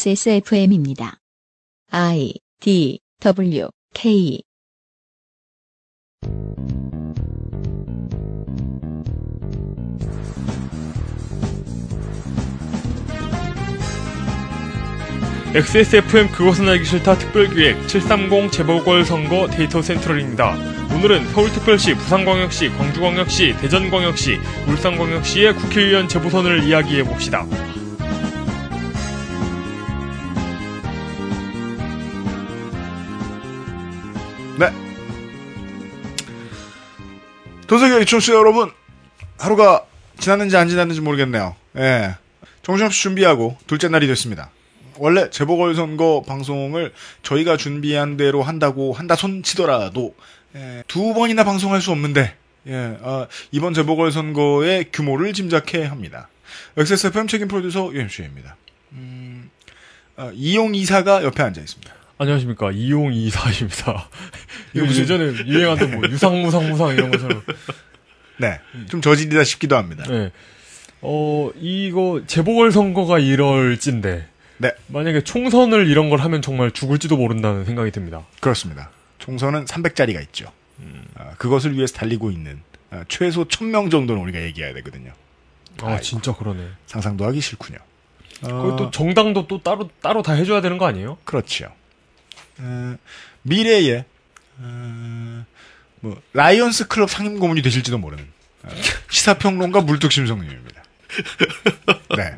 XSFM입니다. I D W K XSFM 그것은 알기 싫다 특별기획 730 재보궐선거 데이터 센트럴입니다. 오늘은 서울특별시, 부산광역시, 광주광역시, 대전광역시, 울산광역시의 국회의원 재보선을 이야기해봅시다. 도세계 이충수 여러분, 하루가 지났는지 안 지났는지 모르겠네요. 예. 정신없이 준비하고 둘째 날이 됐습니다. 원래 재보궐선거 방송을 저희가 준비한 대로 한다고 한다 손치더라도 예, 두 번이나 방송할 수 없는데 예, 아, 이번 재보궐선거의 규모를 짐작해 합니다. XSFM 책임 프로듀서 UMC입니다. 음, 어, 이용 이사가 옆에 앉아 있습니다. 안녕하십니까. 이용 이사입니다. 이거 무슨- 뭐 예전에 유행하던 뭐 유상무상무상 이런 것처럼. 네, 좀 저질이다 싶기도 합니다. 네. 어, 이거 재보궐선거가 이럴진데. 네. 만약에 총선을 이런 걸 하면 정말 죽을지도 모른다는 생각이 듭니다. 그렇습니다. 총선은 300짜리가 있죠. 아, 그것을 위해서 달리고 있는 아, 최소 1000명 정도는 우리가 얘기해야 되거든요. 아, 아이고. 진짜 그러네. 상상도 하기 싫군요. 그리고 아. 또 정당도 또 따로 따로 다 해줘야 되는 거 아니에요? 그렇죠. 어, 미래에 어, 뭐 라이언스 클럽 상임 고문이 되실지도 모르는 어, 시사평론가 물뚝심성님입니다. 네,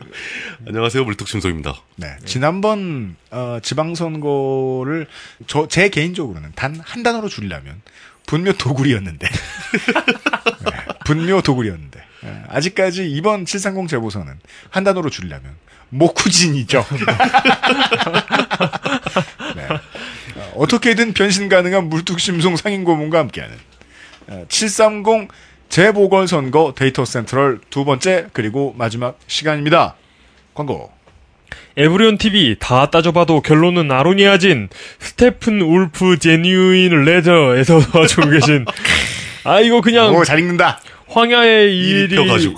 안녕하세요 물뚝심소입니다. 네. 지난번 어, 지방선거를 저 제 개인적으로는 단 한 단어로 줄이려면 분묘 도굴이었는데 네, 분묘 도굴이었는데 예, 아직까지 이번 730 재보선은 한 단어로 줄이려면 모쿠진이죠. 네. 어, 어떻게든 변신 가능한 물뚝심송 상인고문과 함께하는 730 재보궐선거 데이터 센트럴 두 번째 그리고 마지막 시간입니다. 광고. 에브리온 TV 다 따져봐도 결론은 아로니아진 스테픈 울프 제뉴인 레저에서 도와주고 계신 아 이거 그냥 오, 잘 읽는다. 황야의 일이 일표 가죽.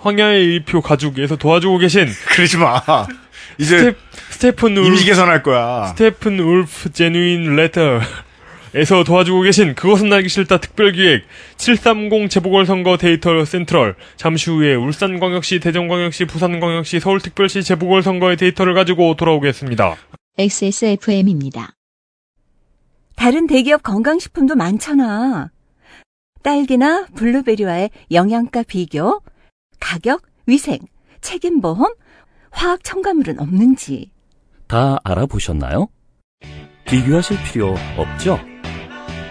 황야의 일표 가죽에서 도와주고 계신 그러지 마. 이제 스테, 스테픈 울프 그 이미지 개선할 거야. 스테픈 울프 제뉴인 레터에서 도와주고 계신 그것은 알기 싫다 특별기획 730 재보궐선거 데이터 센트럴 잠시 후에 울산광역시 대전광역시 부산광역시 서울특별시 재보궐선거의 데이터를 가지고 돌아오겠습니다. XSFM입니다. 다른 대기업 건강식품도 많잖아. 딸기나 블루베리와의 영양가 비교, 가격, 위생, 책임보험, 화학 첨가물은 없는지. 다 알아보셨나요? 비교하실 필요 없죠?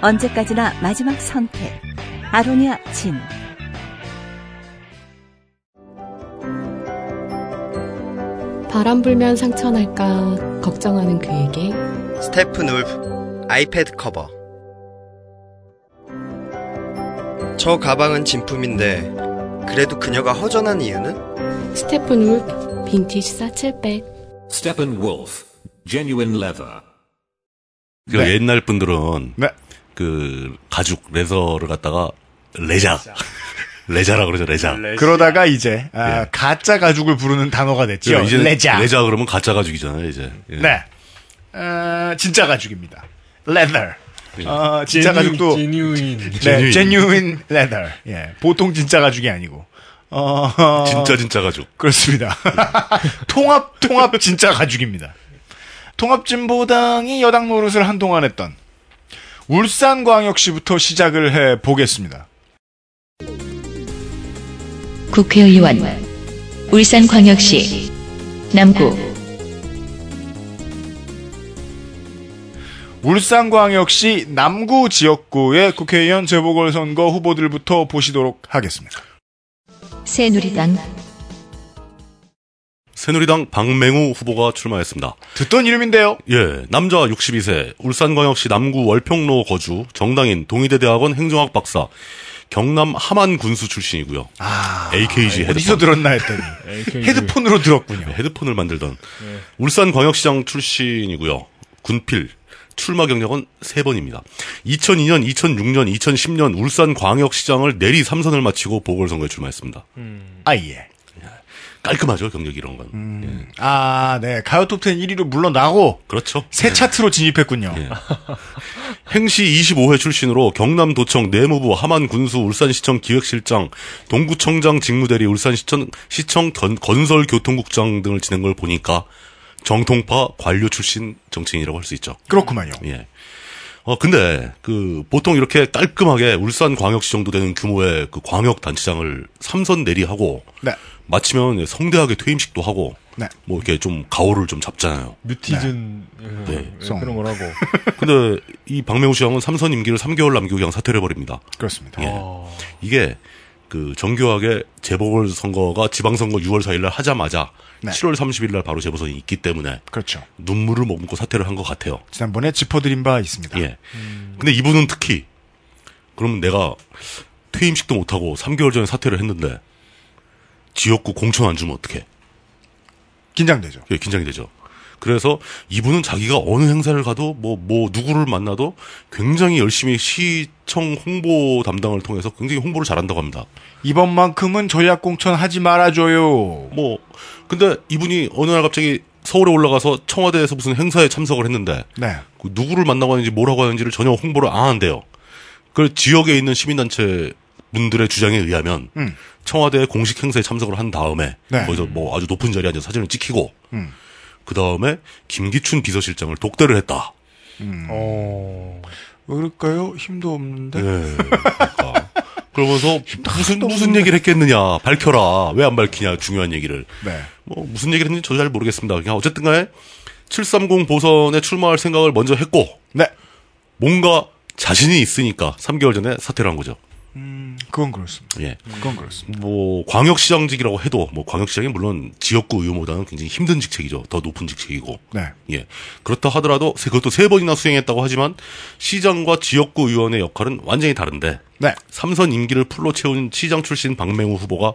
언제까지나 마지막 선택. 아로니아 진. 바람 불면 상처 날까 걱정하는 그에게 스테픈 울프 아이패드 커버 저 가방은 진품인데 그래도 그녀가 허전한 이유는 스테픈 울프 빈티지 사첼백 Steppenwolf, genuine leather. 그 네. 옛날 분들은 네. 그 가죽 레서를 갖다가 레자 레자라 그러죠 레자. 그러다가 이제 아, 예. 가짜 가죽을 부르는 단어가 됐죠. 이제 레자. 레자 그러면 가짜 가죽이잖아요 이제. 예. 네. 어, 진짜 가죽입니다. 레더. 어, 진짜 가죽도 제뉴인 네, 예. genuine. genuine leather. 예. 보통 진짜 가죽이 아니고. 어, 진짜 진짜 가죽. 그렇습니다. 통합 통합 진짜 가죽입니다. 통합진보당이 여당 노릇을 한동안 했던 울산광역시부터 시작을 해 보겠습니다. 국회의원 울산광역시 남구 울산광역시 남구 지역구의 국회의원 재보궐선거 후보들부터 보시도록 하겠습니다. 새누리당 새누리당 박맹우 후보가 출마했습니다. 듣던 이름인데요. 예, 남자 62세, 울산광역시 남구 월평로 거주, 정당인 동의대대학원 행정학 박사, 경남 함안 군수 출신이고요. 아, 어디서 AKG 네, 헤드폰. 들었나 했더니 헤드폰으로 들었군요. 네, 헤드폰을 만들던 예. 울산광역시장 출신이고요. 군필 출마 경력은 세번입니다 2002년, 2006년, 2010년 음. 아, 울산광역시장을 내리 삼선을 마치고 보궐선거에 출마했습니다. 아예. 깔끔하죠 경력 이런 건. 음. 예. 예. 아, 네. 가요 톱10 1위로 물러나고 그렇죠. 새 차트로 진입했군요. 예. 행시 25회 출신으로 경남도청 내무부 하만군수 울산시청 기획실장 동구청장 직무대리 울산시청 시청 건, 설교통국장 등을 지낸 걸 보니까 정통파 관료 출신 정치인이라고 할 수 있죠. 그렇구만요. 예. 어 근데 그 보통 이렇게 깔끔하게 울산광역시 정도 되는 규모의 그 광역단체장을 삼선 내리하고 네. 마치면 성대하게 퇴임식도 하고 네. 뭐 이렇게 좀 가오를 좀 잡잖아요. 뮤티즌 예, 네. 예, 그런 걸 하고 근데 이 박명우 시장은 삼선 임기를 3개월 남기고 그냥 사퇴를 해버립니다. 그렇습니다. 어, 예. 이게 그 정교하게 재보궐 선거가 지방선거 6월 4일 날 하자마자 네. 7월 30일 날 바로 재보선이 있기 때문에 그렇죠. 눈물을 머금고 사퇴를 한 것 같아요. 지난번에 짚어드린 바 있습니다. 음. 예. 근데 이분은 특히 그러면 내가 퇴임식도 못하고 3개월 전에 사퇴를 했는데 지역구 공천 안 주면 어떡해. 긴장되죠. 예, 긴장이 되죠. 그래서 이분은 자기가 어느 행사를 가도 뭐, 뭐, 누구를 만나도 굉장히 열심히 시청 홍보 담당을 통해서 굉장히 홍보를 잘한다고 합니다. 이번만큼은 전략 공천 하지 말아줘요. 뭐, 근데 이분이 어느 날 갑자기 서울에 올라가서 청와대에서 무슨 행사에 참석을 했는데 네. 그 누구를 만나고 하는지 뭐라고 하는지를 전혀 홍보를 안 한대요. 그 지역에 있는 시민단체 분들의 주장에 의하면 음. 청와대 공식 행사에 참석을 한 다음에 네. 거기서 뭐 아주 높은 자리에 앉아서 사진을 찍히고 음. 그 다음에 김기춘 비서실장을 독대를 했다. 어... 왜 그럴까요? 힘도 없는데. 예, 그러니까. 그러면서 무슨 무슨 얘기를 했겠느냐 밝혀라 왜 안 밝히냐 중요한 얘기를 네. 뭐 무슨 얘기를 했는지 저도 잘 모르겠습니다. 그냥 어쨌든간에 730 보선에 출마할 생각을 먼저 했고 네. 뭔가 자신이 있으니까 3개월 전에 사퇴를 한 거죠. 그건 그렇습니다. 예. 그건 그렇습니다. 뭐 광역시장직이라고 해도 뭐 광역시장이 물론 지역구 의원보다는 굉장히 힘든 직책이죠. 더 높은 직책이고. 네. 예. 그렇다 하더라도 세- 그것도 세 번이나 수행했다고 하지만 시장과 지역구 의원의 역할은 완전히 다른데 네. 삼선 임기를 풀로 채운 시장 출신 박맹우 후보가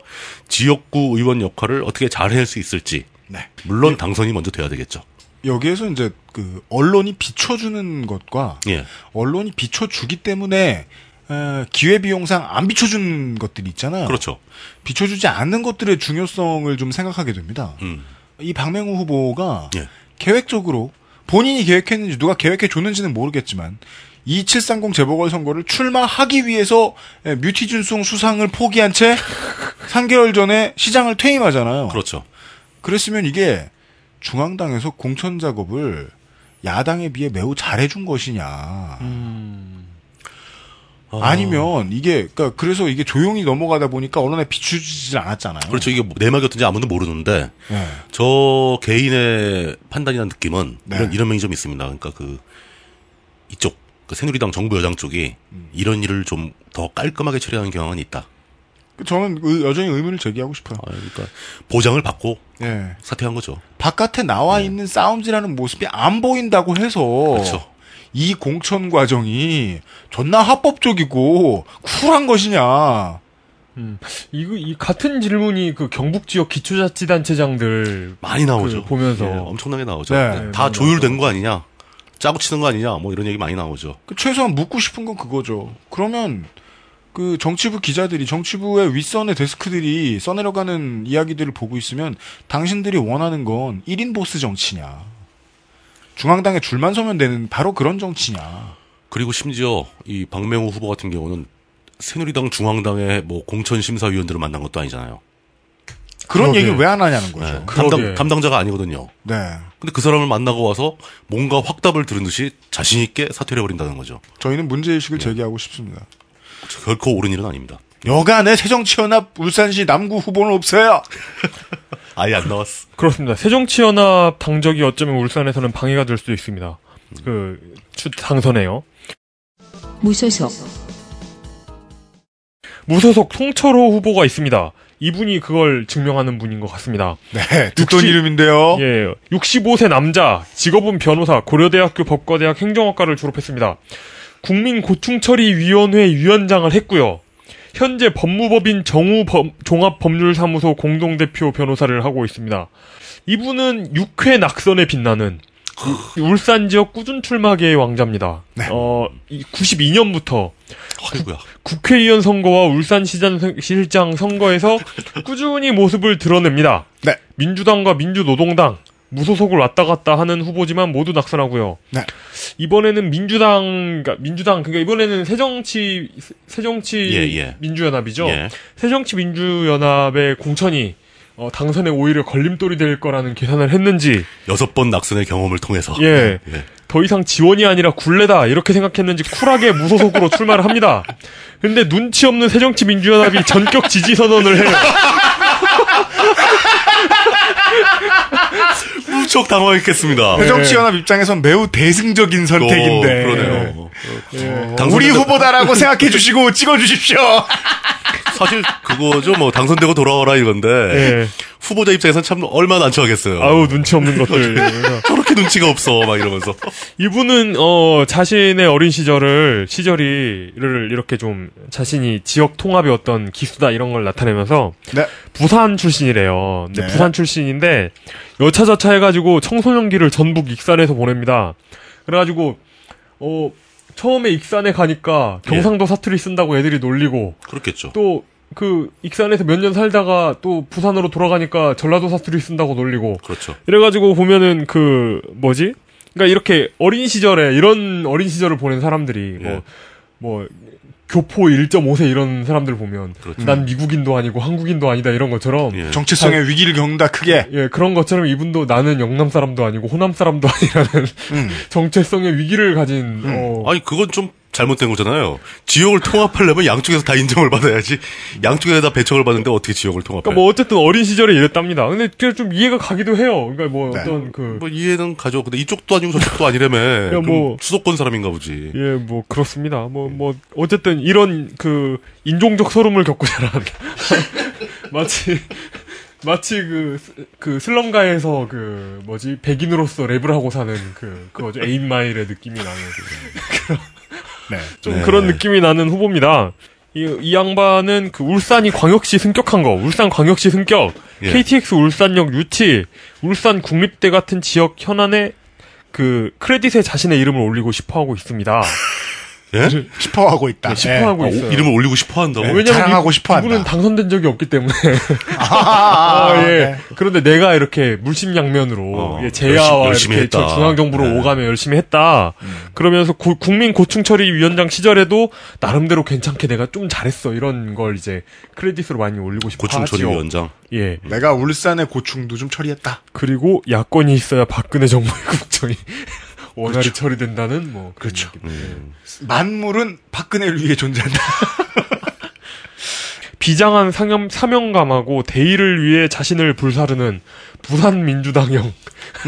지역구 의원 역할을 어떻게 잘 해낼 수 있을지 네. 물론 당선이 먼저 돼야 되겠죠. 여기에서 이제 그 언론이 비춰주는 것과 예. 언론이 비춰주기 때문에 어, 기회비용상 안 비춰주는 것들이 있잖아요. 그렇죠. 비춰주지 않는 것들의 중요성을 좀 생각하게 됩니다. 음. 이 박맹우 후보가 예. 계획적으로 본인이 계획했는지 누가 계획해 줬는지는 모르겠지만 2730 재보궐선거를 출마하기 위해서 에, 뮤티준송 수상을 포기한 채 3개월 전에 시장을 퇴임하잖아요. 그렇죠. 그랬으면 이게 중앙당에서 공천 작업을 야당에 비해 매우 잘해준 것이냐. 음. 아니면 이게 그러니까 그래서 이게 조용히 넘어가다 보니까 언론에 비추지질 않았잖아요. 그렇죠. 이게 뭐 내막이었든지 아무도 모르는데 네. 저 개인의 판단이나 느낌은 네. 이런 이런 면이 좀 있습니다. 그러니까 그 이쪽 그 새누리당 정부 여당 쪽이 음. 이런 일을 좀 더 깔끔하게 처리하는 경향은 있다. 그 저는 의- 여전히 의문을 제기하고 싶어요. 아, 그러니까 보장을 받고 예. 사퇴한 거죠. 바깥에 나와 있는 싸움질하는 모습이 안 보인다고 해서 네. 그렇죠. 이 공천 과정이 존나 합법적이고 쿨한 것이냐. 이거 이 같은 질문이 그 경북 지역 기초자치단체장들 많이 나오죠. 그 보면서. 예, 엄청나게 나오죠. 네. 다 네, 다 많이 조율된 거 아니냐? 짜고 치는 거 아니냐? 뭐 이런 얘기 많이 나오죠. 그 최소한 묻고 싶은 건 그거죠. 그러면 그 정치부 기자들이 정치부의 윗선의 데스크들이 써내려가는 이야기들을 보고 있으면 당신들이 원하는 건 1인 보스 정치냐. 중앙당에 줄만 서면 되는 바로 그런 정치냐. 그리고 심지어 이 박명호 후보 같은 경우는 새누리당 중앙당의 뭐 공천 심사위원들을 만난 것도 아니잖아요. 그런 그러게. 얘기 왜 안 하냐는 거죠. 예, 담당 그러게. 담당자가 아니거든요. 네. 근데 그 사람을 만나고 와서 뭔가 확답을 들은 듯이 자신 있게 사퇴를 해버린다는 거죠. 저희는 문제의식을 제기하고 싶습니다. 결코 옳은 일은 아닙니다. 여간의 새정치연합 울산시 남구 후보는 없어요. 아예 안 나왔어. 그렇습니다. 새정치연합 당적이 어쩌면 울산에서는 방해가 될 수도 있습니다. 그 추 당선해요. 무소속 무소속 송철호 후보가 있습니다. 이분이 그걸 증명하는 분인 것 같습니다. 네, 듣던 육십- 이름인데요. 예, 65세 남자, 직업은 변호사, 고려대학교 법과대학 행정학과를 졸업했습니다. 국민고충처리위원회 위원장을 했고요. 현재 법무법인 정우 범- 종합법률사무소 공동대표 변호사를 하고 있습니다. 이분은 6회 낙선에 빛나는 울산 지역 꾸준 출마계의 왕자입니다. 어, 92년부터 아이고야. 국회의원 선거와 울산시장 선- 실장 선거에서 꾸준히 모습을 드러냅니다. 네. 민주당과 민주노동당 무소속을 왔다 갔다 하는 후보지만 모두 낙선하고요. 네. 이번에는 민주당 그러니까 민주당 그러니까 이번에는 새정치 새정치 예, 예. 민주연합이죠. 예. 새정치 민주연합의 공천이 어, 당선에 오히려 걸림돌이 될 거라는 계산을 했는지 여섯 번 낙선의 경험을 통해서. 예. 더 이상 지원이 아니라 굴레다 이렇게 생각했는지 쿨하게 무소속으로 출마를 합니다. 근데 눈치 없는 새정치민주연합이 전격 지지 선언을 해요. 무척 당황했겠습니다. 그 새정치연합 입장에선 매우 대승적인 선택인데. 어, 그러네요. 어, 우리 후보다라고 생각해 주시고 찍어 주십시오. 사실 그거죠. 뭐 당선되고 돌아와라 이건데 예. 후보자 입장에선 참 얼마나 안처하겠어요. 아우 눈치 없는 것들. 저렇게 눈치가 없어 막 이러면서 이분은 어 자신의 어린 시절을 시절이를 이렇게 좀 자신이 지역 통합의 어떤 기수다 이런 걸 나타내면서 네. 부산 출신이래요. 근데 네. 부산 출신인데 여차저차 해가지고 청소년기를 전북 익산에서 보냅니다. 그래가지고 어 처음에 익산에 가니까 경상도 예. 사투리 쓴다고 애들이 놀리고 그렇겠죠. 또 그 익산에서 몇 년 살다가 또 부산으로 돌아가니까 전라도 사투리 쓴다고 놀리고 그렇죠. 이래가지고 보면은 그 뭐지? 그러니까 이렇게 어린 시절에 이런 어린 시절을 보낸 사람들이 예. 뭐 뭐 교포 1.5세 이런 사람들 보면 그렇죠. 난 미국인도 아니고 한국인도 아니다 이런 것처럼 네. 예. 정체성의 위기를 겪는다 크게. 예, 그런 것처럼 이분도 나는 영남 사람도 아니고 호남 사람도 아니라는 음. 정체성의 위기를 가진 어, 음. 아니 그건 좀 잘못된 거잖아요. 지역을 통합하려면 양쪽에서 다 인정을 받아야지. 양쪽에서 다 배척을 받는데 어떻게 지역을 통합해? 그러니까 뭐 어쨌든 어린 시절에 이랬답니다. 근데 그게 좀 이해가 가기도 해요. 그러니까 뭐 네. 어떤 그 뭐 이해는 가죠. 근데 이쪽도 아니고 저쪽도 아니라며. 야, 그럼 뭐. 수도권 사람인가 보지. 예, 뭐 그렇습니다. 뭐 뭐 어쨌든 이런 그 인종적 소름을 겪고 자란 마치 마치 그, 스- 그 슬럼가에서 그 뭐지 백인으로서 랩을 하고 사는 그 그거죠 에인마일의 느낌이 나는 그 네. 좀 네. 그런 느낌이 나는 후보입니다. 이, 이 양반은 그 울산이 광역시 승격한 거, 울산 광역시 승격, 예. KTX 울산역 유치, 울산 국립대 같은 지역 현안에 그 크레딧에 자신의 이름을 올리고 싶어하고 있습니다. 예? 네. 싶어하고 있다. 네. 싶어하고 아, 오- 있어요. 이름을 올리고 싶어 한다고? 예. 왜냐면 자랑하고 이- 싶어한다. 이분은 당선된 적이 없기 때문에. 예. 아, 아, 예. 네. 그런데 내가 이렇게 물심양면으로 어, 예, 제야와 열심히- 열심히 이렇게 했다. 저 중앙정부로 네. 음. 오가며 열심히 했다. 그러면서 고- 국민 고충처리 위원장 시절에도 나름대로 괜찮게 내가 좀 잘했어 이런 걸 이제 크레딧으로 많이 올리고 싶어 고충 처리 하지요. 위원장. 예. 내가 울산의 고충도 좀 처리했다. 그리고 야권이 있어야 박근혜 정부의 국정이 원활히 그렇죠. 처리된다는 뭐 그렇죠. 만물은 박근혜를 위해 존재한다. 비장한 상염, 사명감하고 대의를 위해 자신을 불사르는 부산 민주당형.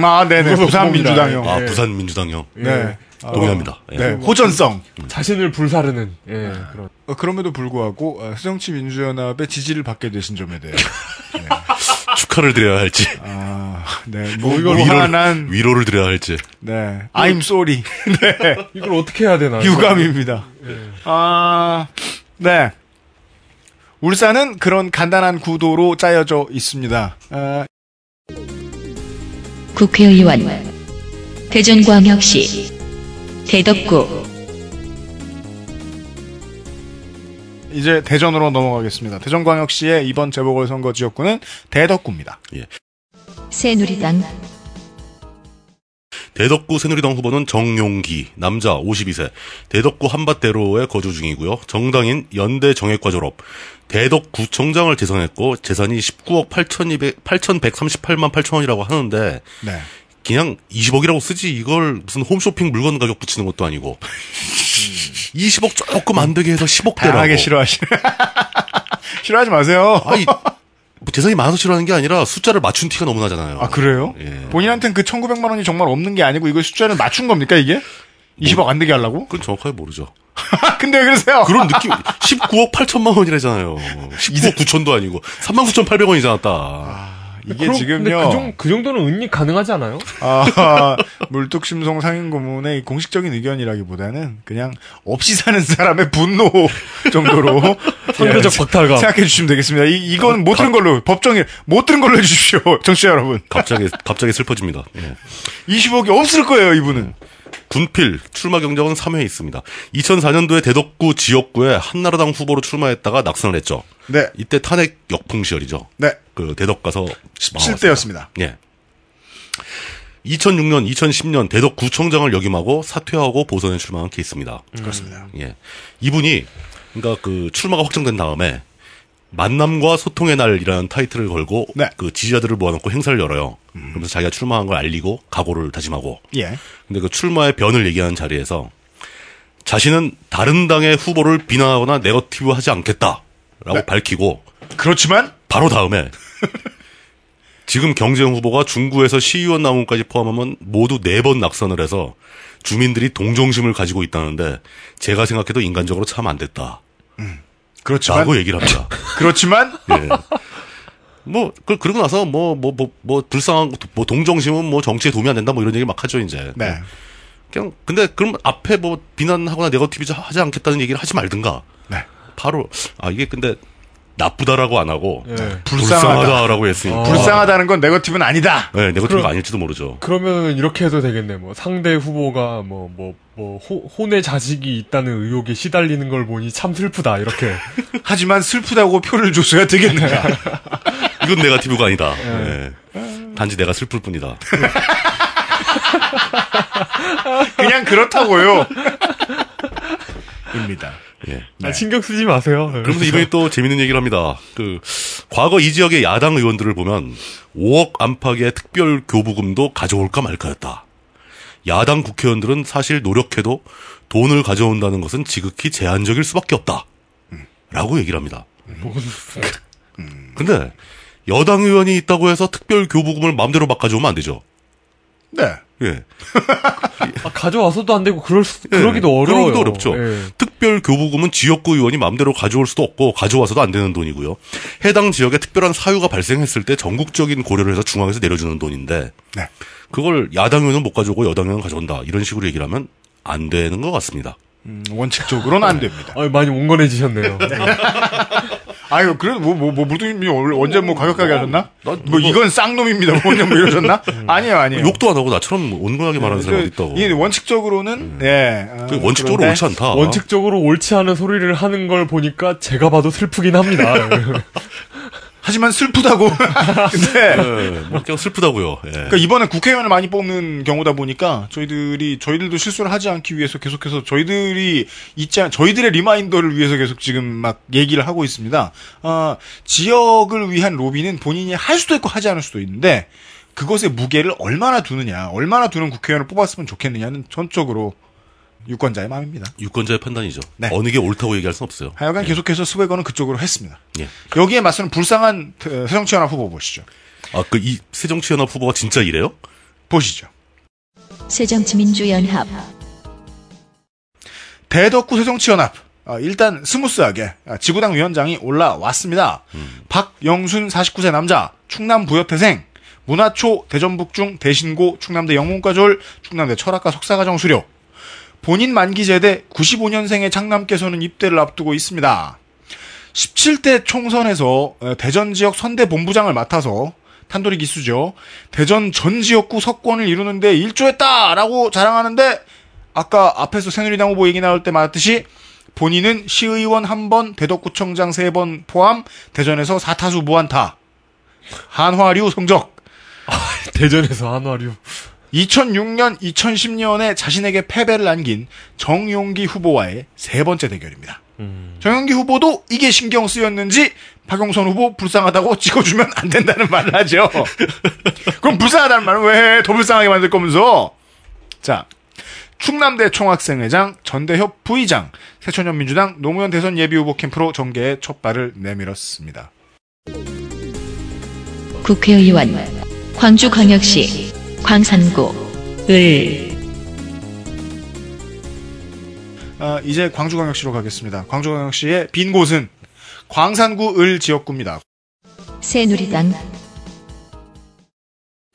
아, 네네. 무소속 부산 후보입니다. 민주당형. 아, 예. 부산 민주당형. 네. 동의합니다. 예. 네. 호전성. 자신을 불사르는 예, 그런 어, 그럼에도 불구하고 어, 새정치 민주연합의 지지를 받게 되신 점에 대해 축하를 드려야 할지. 아, 네, 위로를, 무한한 위로를 드려야 할지. 네, I'm sorry, 네, 이걸 어떻게 해야 되나? 유감입니다. 아, 네, 울산은 그런 간단한 구도로 짜여져 있습니다. 아, 국회의원 대전광역시 대덕구 이제 대전으로 넘어가겠습니다. 대전광역시의 이번 재보궐선거 지역구는 대덕구입니다. 새누리당 대덕구 새누리당 후보는 정용기, 남자 52세, 대덕구 한밭대로에 거주 중이고요. 정당인 연대 정액과 졸업, 대덕구청장을 재선했고 재산이 19억 8,200, 8,138만 8천 원이라고 하는데 네, 그냥 20억이라고 쓰지 이걸 무슨 홈쇼핑 물건 가격 붙이는 것도 아니고 음. 20억 조금 안 되게 해서 10억 다양하게 대라고. 싫어하시네. 싫어하지 마세요. 아니 뭐 재산이 많아서 싫어하는 게 아니라 숫자를 맞춘 티가 너무 나잖아요. 아, 그래요? 예. 본인한테는 그 1900만 원이 정말 없는 게 아니고 이걸 숫자를 맞춘 겁니까, 이게? 20억 안 되게 하려고? 아, 그건 정확하게 모르죠. 근데 왜 그러세요? 그런 느낌 19억 8천만 원이라잖아요. 19억 9천도 아니고 3만 9천 8백 원이잖아. 딱. 이게 그럼- 근데 지금요. 그, 정, 그 정도는 은닉 가능하지 않아요? 아, 물뚝심송 상인고문의 공식적인 의견이라기보다는 그냥 없이 사는 사람의 분노 정도로 상대적 예, 박탈감. 생각해 주시면 되겠습니다. 이, 이건 못 들은 걸로 법정에 못 들은 걸로 해주십시오, 정치자 여러분. 갑자기 갑자기 슬퍼집니다. 예. 25개 없을 거예요, 이분은. 군필 출마 경력은 3회 있습니다. 2004년도에 대덕구 지역구에 한나라당 후보로 출마했다가 낙선을 했죠. 네, 이때 탄핵 역풍 시절이죠. 네, 그 대덕 가서 17대였습니다. 예. 2006년, 2010년 대덕구청장을 역임하고 사퇴하고 보선에 출마한 케이스입니다. 음. 음. 그렇습니다. 예. 이분이 그러니까 그 출마가 확정된 다음에 만남과 소통의 날이라는 타이틀을 걸고 네. 음. 그 지지자들을 모아놓고 행사를 열어요. 그러면서 자기가 출마한 걸 알리고 각오를 다짐하고. 예, 근데 그 출마의 변을 얘기하는 자리에서 자신은 다른 당의 후보를 비난하거나 네거티브하지 않겠다라고 네. 밝히고 그렇지만 바로 다음에 지금 경쟁 후보가 중구에서 시의원 나무까지 포함하면 모두 네 번 낙선을 해서 주민들이 동정심을 가지고 있다는데 제가 생각해도 인간적으로 참 안 됐다. 그렇지만 라고 얘기를 합니다. 그렇지만 예. 뭐, 그, 그러고 나서 뭐, 뭐, 뭐, 뭐, 불쌍한, 거, 뭐, 동정심은 뭐, 정치에 도움이 안 된다, 뭐, 이런 얘기 막 하죠, 이제. 네, 그냥, 근데, 그럼 앞에 뭐, 비난하거나 네거티브 하지 않겠다는 얘기를 하지 말든가. 네. 바로, 아, 이게 근데, 나쁘다라고 안 하고, 예. 불쌍하다. 어. 불쌍하다라고 했으니까. 아. 불쌍하다는 건 네거티브는 아니다. 네, 네거티브가 그럼- 아닐지도 모르죠. 그러면 이렇게 해도 되겠네. 뭐 상대 후보가 뭐 뭐 뭐 혼의 자식이 있다는 의혹에 시달리는 걸 보니 참 슬프다. 이렇게. 하지만 슬프다고 표를 줬어야 되겠는가? 이건 네거티브가 아니다. 예. 단지 내가 슬플 뿐이다. 그냥 그렇다고요. 입니다. 예. 아, 신경 쓰지 마세요. 그러면서 이번에 또 재밌는 얘기를 합니다. 그 과거 이 지역의 야당 의원들을 보면 5억 안팎의 특별 교부금도 가져올까 말까였다. 야당 국회의원들은 사실 노력해도 돈을 가져온다는 것은 지극히 제한적일 수밖에 없다. 음. 라고 얘기를 합니다. 그, 근데 여당 의원이 있다고 해서 특별 교부금을 마음대로 막 가져오면 안 되죠. 네. 예. 아, 가져와서도 안 되고 그럴 수, 그러기도 예, 어려워요. 그러기도 어렵죠. 예. 특별 교부금은 지역구 의원이 마음대로 가져올 수도 없고 가져와서도 안 되는 돈이고요. 해당 지역에 특별한 사유가 발생했을 때 전국적인 고려를 해서 중앙에서 내려주는 돈인데 네. 그걸 야당 의원은 못 가져오고 여당 의원은 가져온다 이런 식으로 얘기를 하면 안 되는 것 같습니다. 음, 원칙적으로는 안 됩니다. 아, 많이 온건해지셨네요. 아유, 그래도 뭐, 뭐, 뭐, 물등님이 언제 뭐 가격하게 하셨나? 어, 뭐, 이건 쌍놈입니다. 뭐, 그냥 뭐 이러셨나? 아니에요, 네. 아니에요. 음. 욕도 안 하고 나처럼 온건하게 말하는 사람이 그, 있다고. 음. 이게 원칙적으로는, 예. 아, 그게 원칙적으로 그런데 옳지 않다. 원칙적으로 옳지 않은 소리를 하는 걸 보니까 제가 봐도 슬프긴 합니다. 하지만 슬프다고. 네. 근데, 예, 뭐 그냥 슬프다고요. 예. 그러니까 이번에 국회의원을 많이 뽑는 경우다 보니까 저희들이 저희들도 실수를 하지 않기 위해서 계속해서 저희들이 있지 않, 저희들의 리마인더를 위해서 계속 지금 막 얘기를 하고 있습니다. 아, 지역을 위한 로비는 본인이 할 수도 있고 하지 않을 수도 있는데 그것의 무게를 얼마나 두느냐, 얼마나 두는 국회의원을 뽑았으면 좋겠느냐는 전적으로 유권자의 마음입니다. 유권자의 판단이죠. 네. 어느 게 옳다고 얘기할 수는 없어요. 하여간 계속해서 스웨거는 그쪽으로 했습니다. 예. 여기에 맞서는 불쌍한 어, 새정치연합 후보 보시죠. 아 그 이 새정치연합 후보가 진짜 이래요? 보시죠. 새정치민주연합 대덕구 새정치연합. 아, 일단 스무스하게 아, 지구당 위원장이 올라왔습니다. 박영순 49세 남자, 충남 부여태생, 문화초 대전북중 대신고 충남대 영문과졸, 충남대 철학과 석사과정 수료. 본인 만기제대 95년생의 장남께서는 입대를 앞두고 있습니다. 17대 총선에서 어, 대전 지역 선대 본부장을 맡아서 탄도리 기수죠. 대전 전 지역구 석권을 이루는데 일조했다라고 자랑하는데 아까 앞에서 새누리당 후보 얘기 나올 때 말했듯이 본인은 시의원 한 번, 대덕구청장 세 번 포함 대전에서 사타수 무안타 한화류 성적 대전에서 한화류. 2006년, 2010년에 자신에게 패배를 안긴 정용기 후보와의 세 번째 대결입니다. 정용기 후보도 이게 신경 쓰였는지 박용선 후보 불쌍하다고 찍어주면 안 된다는 말을 하죠. 그럼 불쌍하다는 말은 왜 더 불쌍하게 만들 거면서? 자, 충남대 총학생회장, 전대협 부의장, 새천년민주당 노무현 대선 예비후보 캠프로 전개의 첫 발을 내밀었습니다. 국회의원 광주광역시 광산구 을 아, 이제 광주광역시로 가겠습니다. 광주광역시의 빈 곳은 광산구 을 지역구입니다. 새누리당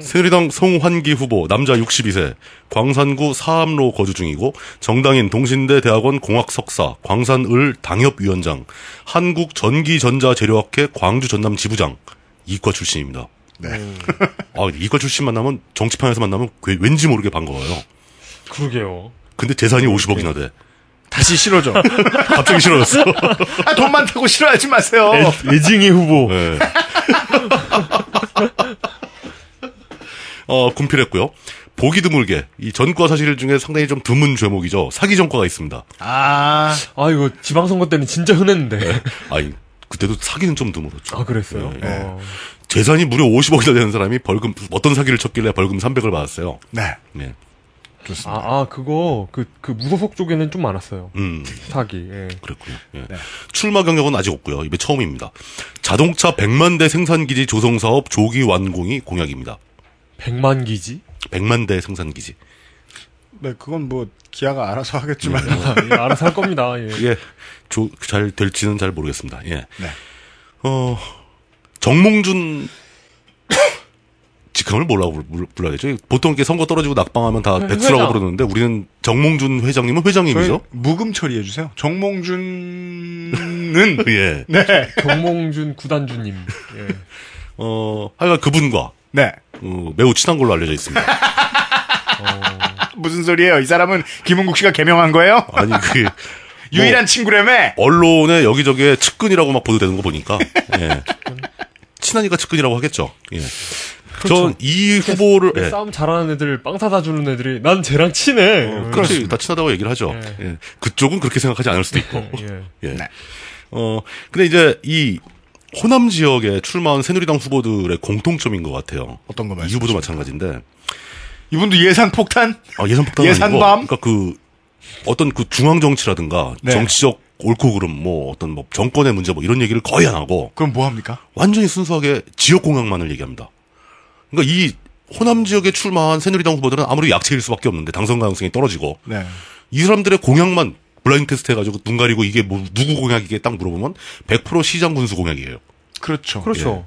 새누리당 송환기 후보 남자 62세 광산구 사암로 거주 중이고 정당인 동신대 대학원 공학 석사 광산을 당협위원장 한국 전기전자재료학회 광주 전남 지부장 이과 출신입니다. 아 이과 출신 만나면 정치판에서 만나면 괴- 왠지 모르게 반가워요. 그러게요. 근데 재산이 50억이나 돼. 다시 싫어져. 갑자기 싫어졌어. 아, 돈 많다고 싫어하지 마세요. 애, 징이 후보. 네. 어, 군필했고요. 보기 드물게 이 전과 사실 중에 상당히 좀 드문 죄목이죠. 사기 전과가 있습니다. 아, 아 이거 지방선거 때는 진짜 흔했는데. 네. 아이 그때도 사기는 좀 드물었죠. 아 그랬어요. 네, 네. 어. 재산이 무려 50억이나 되는 사람이 벌금 어떤 사기를 쳤길래 벌금 300을 받았어요. 네. 네. 좋습니다. 아, 아, 그거 그 그 무소속 쪽에는 좀 많았어요. 음. 사기. 예. 그랬군요. 예. 출마 경력은 아직 없고요. 이번 처음입니다. 자동차 100만 대 생산 기지 조성 사업 조기 완공이 공약입니다. 100만 기지? 100만 대 생산 기지. 네, 그건 뭐, 기아가 알아서 하겠지만. 아, 예, 알아서 할 겁니다. 예. 그게 조- 잘 될지는 잘 모르겠습니다. 예. 네. 어, 정몽준 직함을 뭐라고 불- 불러야 되죠? 보통 이렇게 선거 떨어지고 낙방하면 다 회- 백수라고 음, 회장. 부르는데 우리는 정몽준 회장님은 저희 회장님이죠? 무금 처리해주세요. 정몽준은, 예. 네. 경몽준 구단주님. 예. 어, 하여간 그분과 네. 어, 매우 친한 걸로 알려져 있습니다. 아, 무슨 소리예요? 이 사람은 김은국 씨가 개명한 거예요? 아니, 그게 유일한 친구라며? 언론에 여기저기에 측근이라고 막 보도되는 거 보니까. 예. 친하니까 측근이라고 하겠죠. 예. 그렇죠. 전 이 후보를 예. 싸움 잘하는 애들 빵 사다 주는 애들이 난 쟤랑 친해. 예. 음. 그렇지. 다 친하다고 얘기를 하죠. 예. 예. 그쪽은 그렇게 생각하지 않을 수도 있고. 예. 예. 어, 근데 이제 이 호남 지역에 출마한 새누리당 후보들의 공통점인 것 같아요. 어떤 거 이 후보도 마찬가지인데 이분도 예산 폭탄? 아, 예산 폭탄 아니고 예산밤? 그러니까 그 어떤 그 중앙 정치라든가 네. 정치적 옳고 그름 뭐 어떤 뭐 정권의 문제 뭐 이런 얘기를 거의 안 하고 그럼 뭐 합니까? 완전히 순수하게 지역 공약만을 얘기합니다. 그러니까 이 호남 지역에 출마한 새누리당 후보들은 아무리 약체일 수밖에 없는데 당선 가능성이 떨어지고 네. 이 사람들의 공약만 블라인 드 테스트 해가지고 눈 가리고 이게 뭐 누구 공약이게 딱 물어보면 100% 시장 군수 공약이에요. 그렇죠. 그렇죠.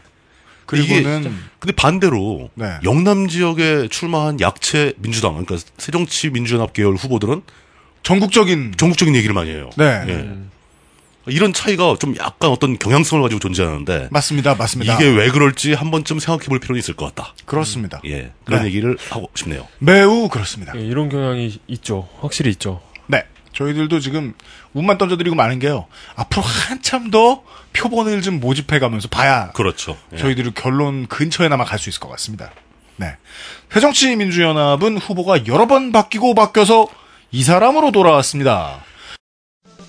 그리고는 이게 근데 반대로 네. 영남 지역에 출마한 약체 민주당 그러니까 새정치 민주연합 계열 후보들은 전국적인 전국적인 얘기를 많이 해요. 네. 예. 이런 차이가 좀 약간 어떤 경향성을 가지고 존재하는데 맞습니다. 맞습니다. 이게 왜 그럴지 한 번쯤 생각해 볼 필요는 있을 것 같다. 그렇습니다. 예. 그런 네. 얘기를 하고 싶네요. 매우 그렇습니다. 예, 이런 경향이 있죠. 확실히 있죠. 네. 저희들도 지금 운만 던져드리고 마는 게요. 앞으로 한참 더 표본을 좀 모집해가면서 봐야 그렇죠. 예. 저희들이 결론 근처에나마 갈 수 있을 것 같습니다. 네. 새정치민주연합은 후보가 여러 번 바뀌고 바뀌어서 이 사람으로 돌아왔습니다.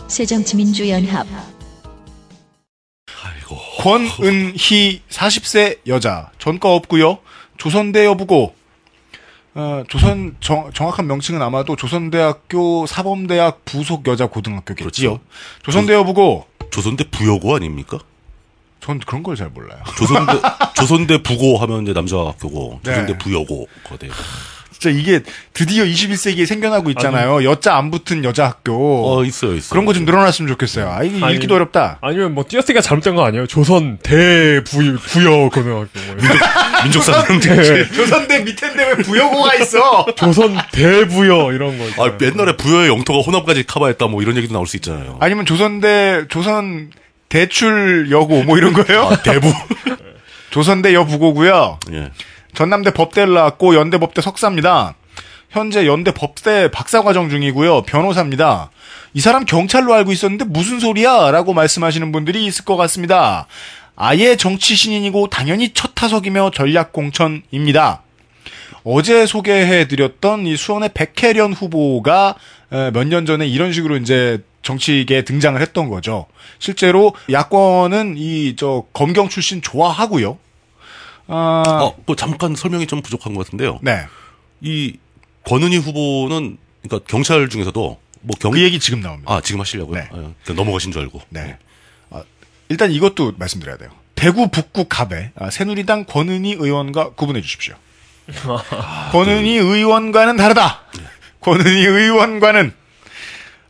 새정치민주연합 아이고. 권은희 40세 여자 전과 없고요. 조선대 여부고 어, 조선 정, 정확한 명칭은 아마도 조선대학교 사범대학 부속 여자 고등학교겠지요. 그렇죠. 조선대 여부고 조선대 부여고 아닙니까? 전 그런 걸 잘 몰라요. 조선대 조선대 부고 하면 이제 남자 학교고 네. 조선대 부여고가 돼요. 진짜 이게 드디어 21세기에 생겨나고 있잖아요. 여자 안 붙은 여자 학교 어 있어요, 있어요. 그런 거 좀 늘어났으면 좋겠어요. 아 이게 아니, 읽기도 어렵다. 아니면 뭐 띄어쓰기가 잘못된 거 아니에요? 조선 대부 부여 고등학교. 뭐 이런. 민족 사는 네. 조선대 밑에인데 왜 부여고가 있어? 조선 대부여 이런 거. 아, 있잖아요. 옛날에 부여의 영토가 호남까지 커버했다 뭐 이런 얘기도 나올 수 있잖아요. 아니면 조선대 조선 대출 여고 뭐 이런 거예요? 대부 조선대 여부고고요. 예. 전남대 법대를 나왔고 연대 법대 석사입니다. 현재 연대 법대 박사 과정 중이고요. 변호사입니다. 이 사람 경찰로 알고 있었는데 무슨 소리야라고 말씀하시는 분들이 있을 것 같습니다. 아예 정치 신인이고 당연히 첫 타석이며 전략 공천입니다. 어제 소개해드렸던 이 수원의 백혜련 후보가 몇 년 전에 이런 식으로 이제 정치계에 등장을 했던 거죠. 실제로 야권은 이 저 검경 출신 좋아하고요. 아, 어, 그 잠깐 설명이 좀 부족한 것 같은데요. 네. 이 권은희 후보는 그러니까 경찰 중에서도 뭐 경, 그 얘기 지금 나옵니다. 아 지금 하시려고요. 네. 아, 그냥 넘어가신 줄 알고. 네. 아, 일단 이것도 말씀드려야 돼요. 대구 북구 갑에 아, 새누리당 권은희 의원과 구분해 주십시오. 네. 권은희 의원과는 다르다. 권은희 의원과는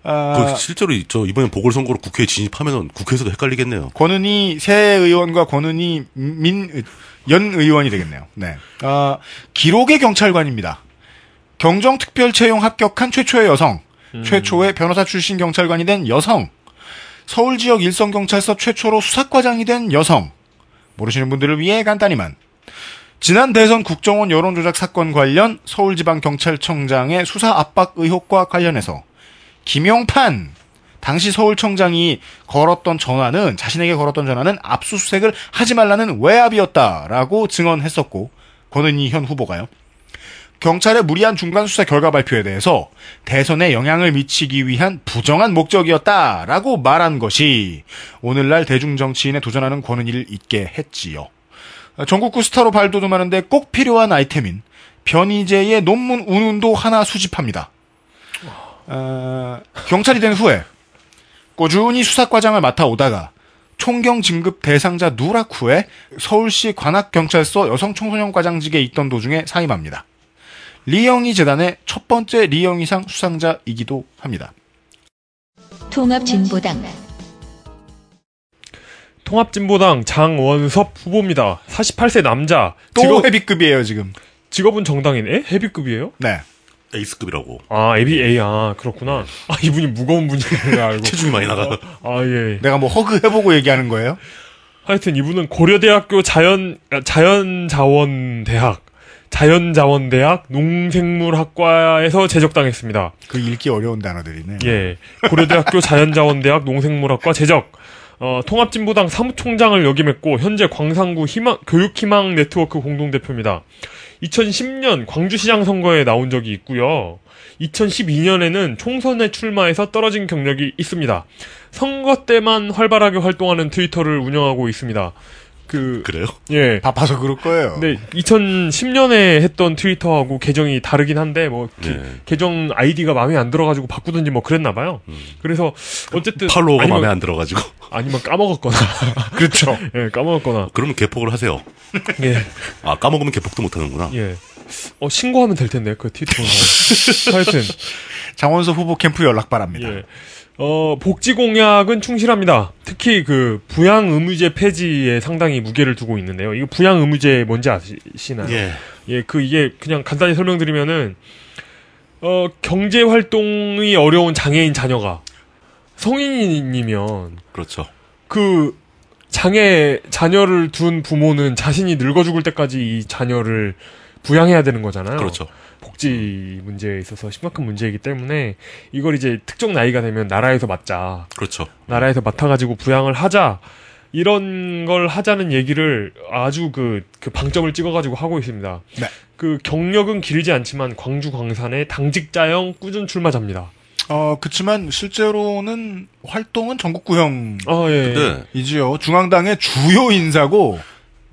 아, 그 실제로 이- 저 이번에 보궐선거로 국회에 진입하면 국회에서도 헷갈리겠네요. 음. 권은희 새 의원과 권은희 민 연 의원이 되겠네요. 네. 아, 기록의 경찰관입니다. 경정 특별 채용 합격한 최초의 여성, 최초의 변호사 출신 경찰관이 된 여성, 서울 지역 일선 경찰서 최초로 수사과장이 된 여성. 모르시는 분들을 위해 간단히만 지난 대선 국정원 여론조작 사건 관련 서울지방경찰청장의 수사 압박 의혹과 관련해서 김용판 당시 서울청장이 걸었던 전화는 자신에게 걸었던 전화는 압수수색을 하지 말라는 외압이었다라고 증언했었고 권은희 현 후보가요. 경찰의 무리한 중간 수사 결과 발표에 대해서 대선에 영향을 미치기 위한 부정한 목적이었다라고 말한 것이 오늘날 대중 정치인에 도전하는 권은희를 잊게 했지요. 전국구 스타로 발돋움하는데 꼭 필요한 아이템인 변희재의 논문 운운도 하나 수집합니다. 어, 경찰이 된 후에 꾸준히 수사과장을 맡아오다가 총경 진급 대상자 누락후에 서울시 관악경찰서 여성청소년과장직에 있던 도중에 사임합니다. 리영희 재단의 첫 번째 리영희상 수상자이기도 합니다. 통합진보당 통합진보당 장원섭 후보입니다. 48세 남자. 또 직업, 회비급이에요 지금. 직업은 정당이네? 헤비급이에요? 네. 에이스급이라고. 어. 아, ABA, 아, 그렇구나. 아, 이분이 무거운 분인 줄 알고. 네. 체중이 많이 어. 나가요. 아, 예. 내가 뭐 허그 해보고 얘기하는 거예요? 하여튼 이분은 고려대학교 자연, 아, 자연자원대학, 자연자원대학 농생물학과에서 제적당했습니다. 그 읽기 어려운 단어들이네. 예. 고려대학교 자연자원대학 농생물학과 제적. 어, 통합진보당 사무총장을 역임했고 현재 광산구 희망, 교육희망 네트워크 공동대표입니다. 2010년 광주시장 선거에 나온 적이 있고요. 2012년에는 총선에 출마해서 떨어진 경력이 있습니다. 선거 때만 활발하게 활동하는 트위터를 운영하고 있습니다. 그 그래요? 예. 바빠서 그럴 거예요. 네, 2010년에 했던 트위터하고 계정이 다르긴 한데 뭐 기- 네. 계정 아이디가 마음에 안 들어가지고 바꾸든지 뭐 그랬나 봐요. 그래서 어쨌든 음. 팔로워가 아니면, 마음에 안 들어가지고. 아니면 까먹었거나 그렇죠. 예 까먹었거나 그러면 개폭을 하세요. 예 아 까먹으면 개폭도 못하는구나. 예. 어 신고하면 될 텐데 그 트위터 하여튼 장원석 후보 캠프 연락 바랍니다. 예. 어, 복지 공약은 충실합니다. 특히 그 부양 의무제 폐지에 상당히 무게를 두고 있는데요. 이거 부양 의무제 뭔지 아시나요? 예. 예, 그 이게 그냥 간단히 설명드리면은 어 경제 활동이 어려운 장애인 자녀가 성인이면 그렇죠. 어. 그 장애 자녀를 둔 부모는 자신이 늙어 죽을 때까지 이 자녀를 부양해야 되는 거잖아요. 그렇죠. 복지 문제에 있어서 심각한 문제이기 때문에 이걸 이제 특정 나이가 되면 나라에서 맞자. 그렇죠. 나라에서 맡아가지고 부양을 하자 이런 걸 하자는 얘기를 아주 그, 그 방점을 찍어가지고 하고 있습니다. 네. 그 경력은 길지 않지만 광주 광산의 당직자형 꾸준 출마자입니다. 어 그렇지만 실제로는 활동은 전국구형이지요. 아 예. 근데 중앙당의 주요 인사고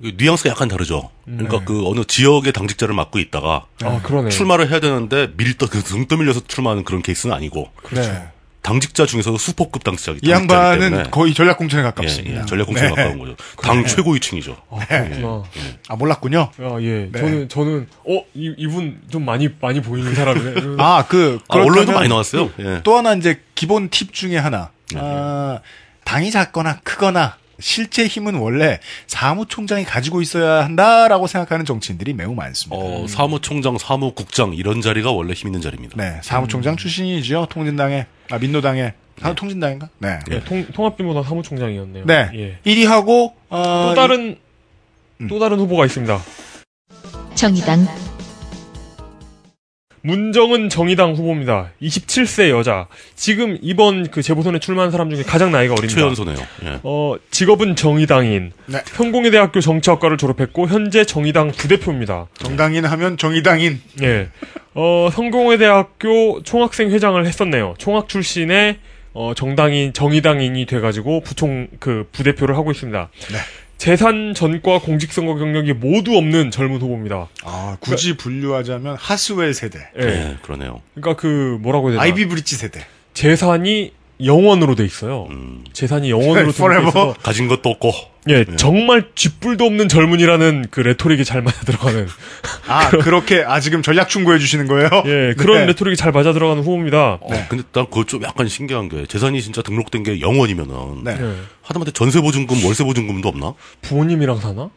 이 뉘앙스가 약간 다르죠. 그러니까 네. 그 어느 지역의 당직자를 맡고 있다가 아 그러네. 출마를 해야 되는데 밀떠 그등 떠밀려서 출마하는 그런 케이스는 아니고 그렇죠. 네. 당직자 중에서도 수포급 당직자기 이 양반은 거의 전략공천에 예, 가깝습니다. 예, 전략공천에 네. 어. 가까운 거죠. 예. 당 최고위층이죠. 아, 그렇구나. 아 몰랐군요. 아 예. 네. 저는 저는 어 이, 이분 좀 많이 많이 보이는 사람이네. 아그 아, 언론에도 많이 나왔어요. 예. 또 하나 이제 기본 팁 중에 하나. 아, 당이 작거나 크거나 실제 힘은 원래 사무총장이 가지고 있어야 한다라고 생각하는 정치인들이 매우 많습니다. 어, 사무총장, 사무국장 이런 자리가 원래 힘 있는 자리입니다. 네, 사무총장 음. 출신이지요. 통진당에 아 민노당에 사 통진당인가? 네. 예. 통 통합진보당 사무총장이었네요. 네. 예. 1위 하고 어, 또 다른 음. 또 다른 후보가 있습니다. 정의당 문정은 정의당 후보입니다. 27세 여자. 지금 이번 그 재보선에 출마한 사람 중에 가장 나이가 어립니다. 최연소네요. 예. 어, 직업은 정의당인. 네. 현공의 대학교 정치학과를 졸업했고 현재 정의당 부대표입니다. 정당인 하면 정의당인 예. 어, 성공회 대학교 총학생 회장을 했었네요. 총학 출신의 어, 정당인 정의당인이 돼 가지고 부총 그 부대표를 하고 있습니다. 네. 재산 전과 공직선거 경력이 모두 없는 젊은 후보입니다. 아, 굳이 분류하자면 하스웰 세대, 예. 예, 그러네요. 그러니까 그 뭐라고 해야 되나? 아이비 브릿지 세대. 재산이 영원으로 돼 있어요. 음, 재산이 영원으로 등록돼 네, Forever. 있어서 가진 것도 없고 예, 정말 쥐뿔도 없는 젊은이라는 그 레토릭이 잘 맞아 들어가는 아, 그렇게, 아, 지금 전략 충고해 주시는 거예요? 예, 그런 네. 레토릭이 잘 맞아 들어가는 후보입니다. 어, 근데 난 그거 좀 약간 신기한 게 재산이 진짜 등록된 게 0원이면은 네. 예. 하다못해 전세 보증금, 월세 보증금도 없나? 부모님이랑 사나?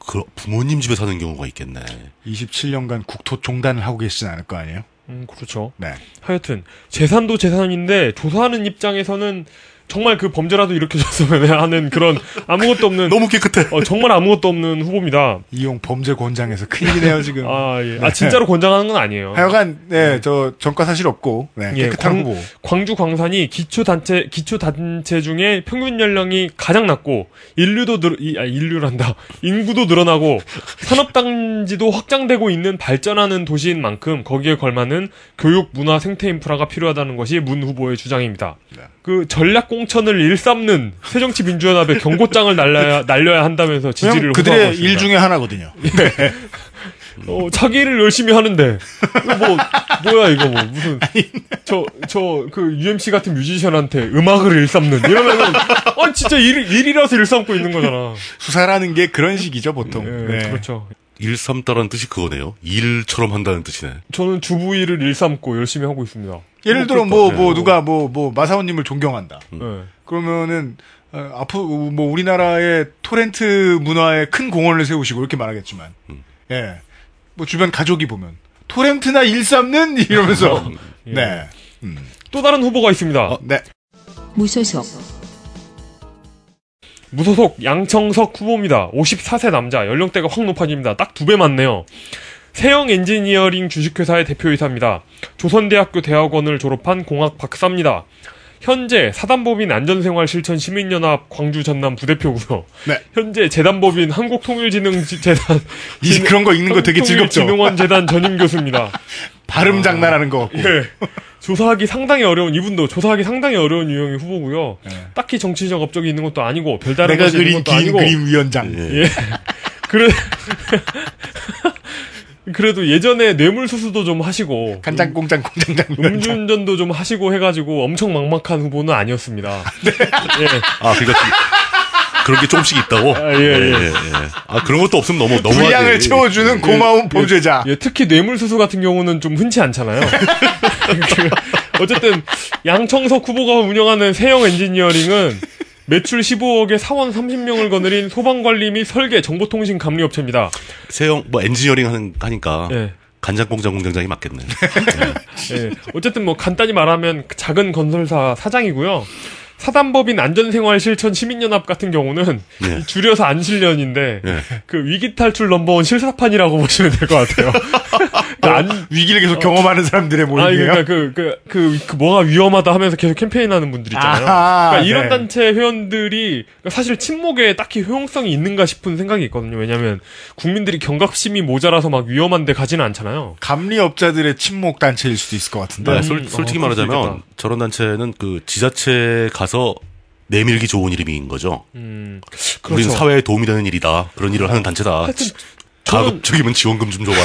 그 부모님 집에 사는 경우가 있겠네. 27년간 국토 종단을 하고 계시진 않을 거 아니에요? 음, 그렇죠. 네. 하여튼 재산도 재산인데 조사하는 입장에서는 정말 그 범죄라도 일으켜졌으면 하는 그런 아무것도 없는 너무 깨끗해. 어, 정말 아무것도 없는 후보입니다. 이용 범죄 권장에서 큰일이네요, 지금. 아, 예. 아 진짜로 권장하는 건 아니에요. 하여간, 네, 저, 전과 사실 없고, 네, 예, 깨끗한 광- 후보. 광주 광산이 기초 단체 기초 단체 중에 평균 연령이 가장 낮고 인류도 늘 이- 아, 인류란다 인구도 늘어나고 산업 단지도 확장되고 있는 발전하는 도시인 만큼 거기에 걸맞는 교육 문화 생태 인프라가 필요하다는 것이 문 후보의 주장입니다. 네. 그 전략 공천을 일삼는 새정치 민주연합의 경고장을 날려야 날려야 한다면서 지지를 왜냐면 호소하고 그들의 있습니다. 예. 일 중에 하나거든요. 어, 자기 일을 열심히 하는데. 이거 뭐, 뭐야, 이거 뭐, 무슨. 저, 저, 그, UMC 같은 뮤지션한테 음악을 일삼는. 이러면은, 아, 진짜 일, 일이라서 일삼고 있는 거잖아. 수사라는 게 그런 식이죠, 보통. 예, 네. 그렇죠. 일삼다라는 뜻이 그거네요. 일처럼 한다는 뜻이네. 저는 주부 일을 일삼고 열심히 하고 있습니다. 예를 들어, 뭐, 뭐, 누가, 뭐, 뭐, 마사오님을 존경한다. 예. 그러면은 어, 앞으로 뭐 우리나라의 토렌트 문화에 큰 공헌을 세우시고 이렇게 말하겠지만 음. 예. 뭐 주변 가족이 보면 토렌트나 일삼는 이러면서 예. 네. 또 다른 후보가 있습니다. 네. 무소속 무소속 양청석 후보입니다. 54세 남자, 연령대가 확 높아집니다. 딱 두 배 많네요. 세영 엔지니어링 주식회사의 대표이사입니다. 조선대학교 대학원을 졸업한 공학 박사입니다. 현재 사단법인 안전생활 실천 시민연합 광주 전남 부대표고요. 네. 현재 재단법인 한국통일진흥재단 이 그런 거 읽는 거 되게 즐겁죠. 진흥원 재단 전임 교수입니다. 발음 장난하는 거 같고. 예. 조사하기 상당히 어려운 이분도 조사하기 상당히 어려운 유형의 후보고요. 딱히 정치적 업적이 있는 것도 아니고 별다른 예. 내가 것이 있는 그린 것도 긴 아니고 그림 위원장. 예. 예. 그래. 그래도 예전에 뇌물수수도 좀 하시고, 간장공장 공장장 위원장. 음주운전도 좀 하시고 해가지고 엄청 막막한 후보는 아니었습니다. 아 그러니까 그- 그런 게 조금씩 있다고. 네, 아, 예, 예. 아 그런 것도 없으면 너무 예. 너무. 분량을 채워주는 고마운 범죄자. 예, 특히 뇌물수수 같은 경우는 좀 흔치 않잖아요. 그, 어쨌든, 양청석 후보가 운영하는 세영 엔지니어링은 매출 15억에 사원 30명을 거느린 소방관리 및 설계 정보통신 감리업체입니다. 세영 뭐 엔지니어링 하는 하니까 예. 간장 공장 공장장이 맞겠네. 예. 어쨌든 뭐 간단히 말하면 작은 건설사 사장이고요. 사단법인 안전생활 실천 시민연합 같은 경우는 예. 이 줄여서 안실련인데 예. 그 위기 탈출 넘버원 실사판이라고 보시면 될 것 같아요. 그러니까 안 위기를 계속 경험하는 사람들의 아 어? 그러니까 모임이에요. 그 그 그 뭐가 위험하다 하면서 계속 캠페인하는 분들 있잖아요. 아하, 그러니까 이런 네. 단체 회원들이 그러니까 사실 친목에 딱히 효용성이 있는가 싶은 생각이 있거든요. 왜냐하면 국민들이 경각심이 모자라서 막 위험한데 가지는 않잖아요. 감리업자들의 친목 단체일 수도 있을 것 같은데. 네, 음, 솔, 솔직히 어, 그럴 수 말하자면 있겠다. 저런 단체는 그 지자체 가서 내밀기 좋은 이름인 거죠. 음, 우리는 그렇죠. 사회에 도움이 되는 일이다. 그런 일을 하는 단체다. 하여튼 가급적이면 지원금 좀 줘봐라.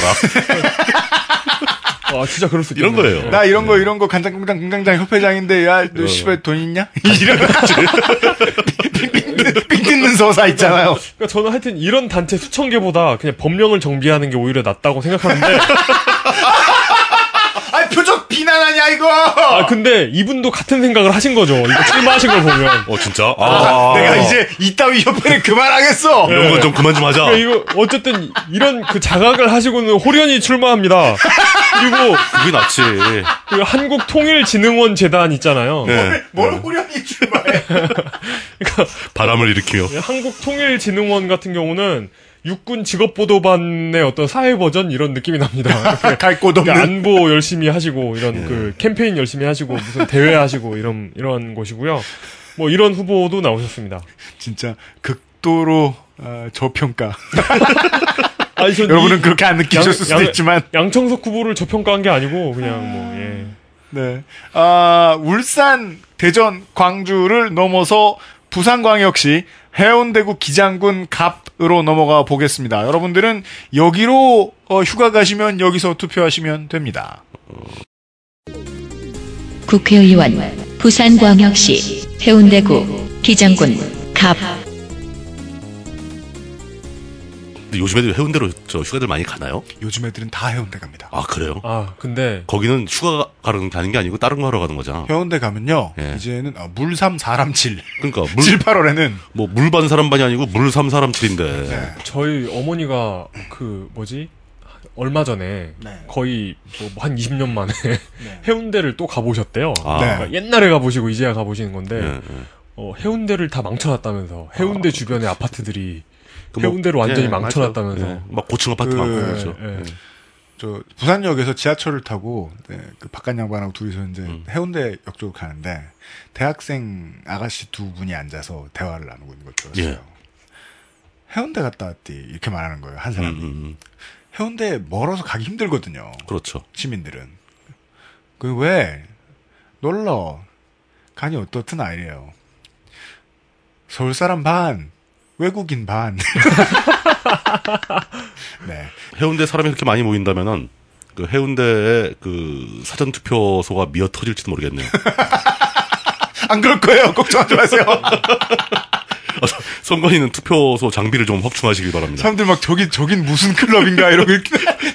아 진짜 그럴 수 이런 있겠네요. 거예요. 나 이런 거 이런 거 간장공장 공장장 협회장인데 어. 야너 씨발 돈 있냐? 이런 삥 뜯는 서사 있잖아요. 그러니까 저는 하여튼 이런 단체 수천 개보다 그냥 법령을 정비하는 게 오히려 낫다고 생각하는데 아 표적 비난하냐 이거? 아 근데 이분도 같은 생각을 하신 거죠. 이거 출마하신 걸 보면. 어 진짜? 아, 내가 이제 이따위 협회를 그만하겠어. 네. 이런 건 좀 그만 좀 하자. 그러니까 이거 어쨌든 이런 그 자각을 하시고는 호련히 출마합니다. 그리고 그게 낫지. 그 한국 통일진흥원 재단 있잖아요. 네. 뭘 후련히 출마해? 예. 바람을 일으키며. 한국 통일진흥원 같은 경우는 육군 직업보도반의 어떤 사회 버전 이런 느낌이 납니다. 갈곳 그 없는. 안보 열심히 하시고 이런 그 캠페인 열심히 하시고 무슨 대회 하시고 이런 이런 곳이고요. 뭐 이런 후보도 나오셨습니다. 진짜 극도로 어, 저평가. 아니, 전 여러분은 이- 그렇게 안 느끼셨을 수도 양- 있지만. 양청석 후보를 저평가한 게 아니고 그냥 뭐 예. 네. 아, 울산, 대전, 광주를 넘어서 부산광역시 해운대구 기장군 갑으로 넘어가 보겠습니다. 여러분들은 여기로 어, 휴가 가시면 여기서 투표하시면 됩니다. 국회의원 부산광역시 해운대구 기장군 갑 근데 요즘 애들 해운대로 저 휴가들 많이 가나요? 요즘 애들은 다 해운대 갑니다. 아 그래요? 아, 근데 거기는 휴가 가는 가는 게 아니고 다른 거 하러 가는 거잖아. 해운대 가면요. 예. 이제는 아, 물삼 사람 칠. 그러니까 7, 8월에는 물 뭐 물반 사람반이 아니고 물삼 사람칠인데 네. 저희 어머니가 그 뭐지? 얼마 전에 네. 거의 뭐한 20년 만에 네. 해운대를 또 가보셨대요. 아. 네. 그러니까 옛날에 가보시고 이제야 가보시는 건데 예, 예. 어, 해운대를 다 망쳐놨다면서 해운대 아. 주변의 아파트들이 그 뭐- 해운대를 완전히 예, 망쳐놨다면서 맞아요. 예. 막 고층 아파트 많고 그- 그렇죠. 예, 예. 저 부산역에서 지하철을 타고 네, 그 바깥 양반하고 둘이서 이제 음. 해운대 역 쪽으로 가는데 대학생 아가씨 두 분이 앉아서 대화를 나누고 있는 걸 들었어요. 해운대 갔다 왔디 이렇게 말하는 거예요 한 예. 음, 사람이. 음, 음. 해운대 멀어서 가기 힘들거든요. 그렇죠. 시민들은. 그 왜 놀러 간이 어떻든 아니에요. 서울 사람 반, 외국인 반. 네. 해운대 사람이 그렇게 많이 모인다면은 그 해운대의 그 사전 투표소가 미어 터질지도 모르겠네요. 안 그럴 거예요. 걱정하지 마세요. 아, 선- 선관위는 투표소 장비를 좀 확충하시길 바랍니다. 사람들 막 저기 저긴 무슨 클럽인가 이러고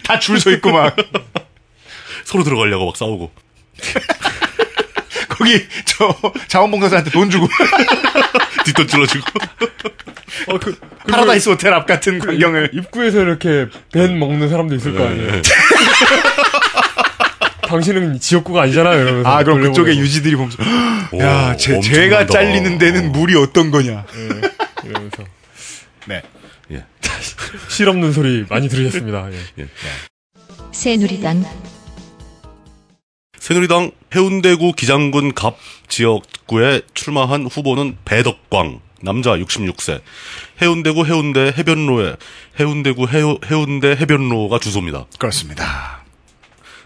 다 줄 서 있고 막 서로 들어가려고 막 싸우고. 거기 저 자원봉사자한테 돈 주고 뒷돈 찔러주고. 어, 그, 파라다이스 호텔 앞 같은 광경을 네. 입구에서 이렇게 벤 먹는 사람도 있을 거 아니에요. 당신은 지역구가 아니잖아요. 이러면서 아 그럼 돌려보내고. 그쪽에 유지들이 보면서 오, 야 제, 엄청나다. 제가 잘리는 데는 뭐. 물이 어떤 거냐 예, 이러면서 네 예. 실없는 소리 많이 들으셨습니다. 예. 새누리당 새누리당 해운대구 기장군 갑 지역구에 출마한 후보는 배덕광 남자 66세 해운대구 해운대 해변로에 해운대구 해우- 해운대 해변로가 주소입니다. 그렇습니다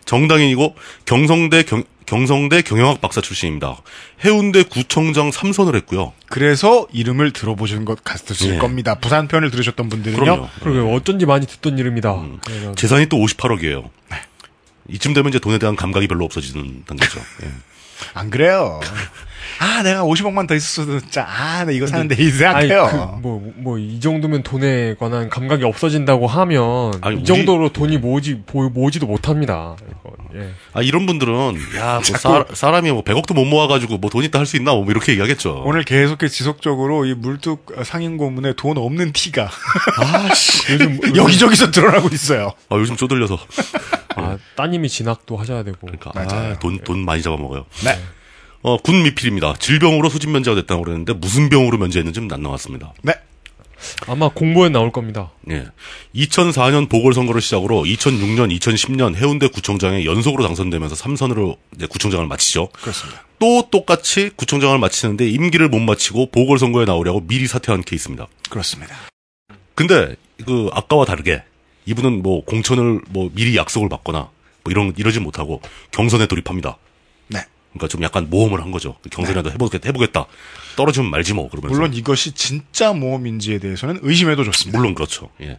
정당인이고 경성대 경, 경성대 경영학 박사 출신입니다. 해운대 구청장 3선을 했고요. 그래서 이름을 들어보신 것 같으실 예. 겁니다 부산 편을 들으셨던 분들은요 그럼요. 그러게 어쩐지 많이 듣던 이름이다. 예, 그래서 재산이 또 58억이에요. 네. 이쯤 되면 이제 돈에 대한 감각이 별로 없어지는 단계죠. 예. 안 그래요 아 내가 50억만 더 있었어도 진짜 아나 이거 사는데 이 아니 생각해요 그뭐뭐 이 정도면 돈에 관한 감각이 없어진다고 하면 이 아니, 우리- 정도로 돈이 모지 보- 모으지도 못합니다. 이거, 예. 아 이런 분들은 야뭐 사람이 뭐 100억도 못 모아가지고 뭐 돈 있다 할 수 있나 뭐 이렇게 얘기하겠죠. 오늘 계속해서 지속적으로 이 물뚝 상인 고문에 돈 없는 티가 아씨 요즘 여기저기서 드러나고 있어요. 아 요즘 쪼들려서 아, 따님이 진학도 하셔야 되고 그러니까 맞아요. 아돈돈 많이 잡아먹어요. 네. 어군 미필입니다. 질병으로 수집 면제가 됐다고 그랬는데 무슨 병으로 면제했는지는 안 나왔습니다. 네. 아마 공모에 나올 겁니다. 예. 2004년 보궐선거를 시작으로 2006년, 2010년 해운대 구청장에 연속으로 당선되면서 3선으로 이제 구청장을 마치죠. 그렇습니다. 또 똑같이 구청장을 마치는데 임기를 못 마치고 보궐선거에 나오려고 미리 사퇴한 케이스입니다. 그렇습니다. 근데 그 아까와 다르게 이분은 뭐 공천을 뭐 미리 약속을 받거나 뭐 이런 이러지 못하고 경선에 돌입합니다. 네. 그러니까 좀 약간 모험을 한 거죠. 경선이라도 해보겠다, 해보겠다. 떨어지면 말지 뭐 그러면서. 물론 이것이 진짜 모험인지에 대해서는 의심해도 좋습니다. 물론 그렇죠. 예.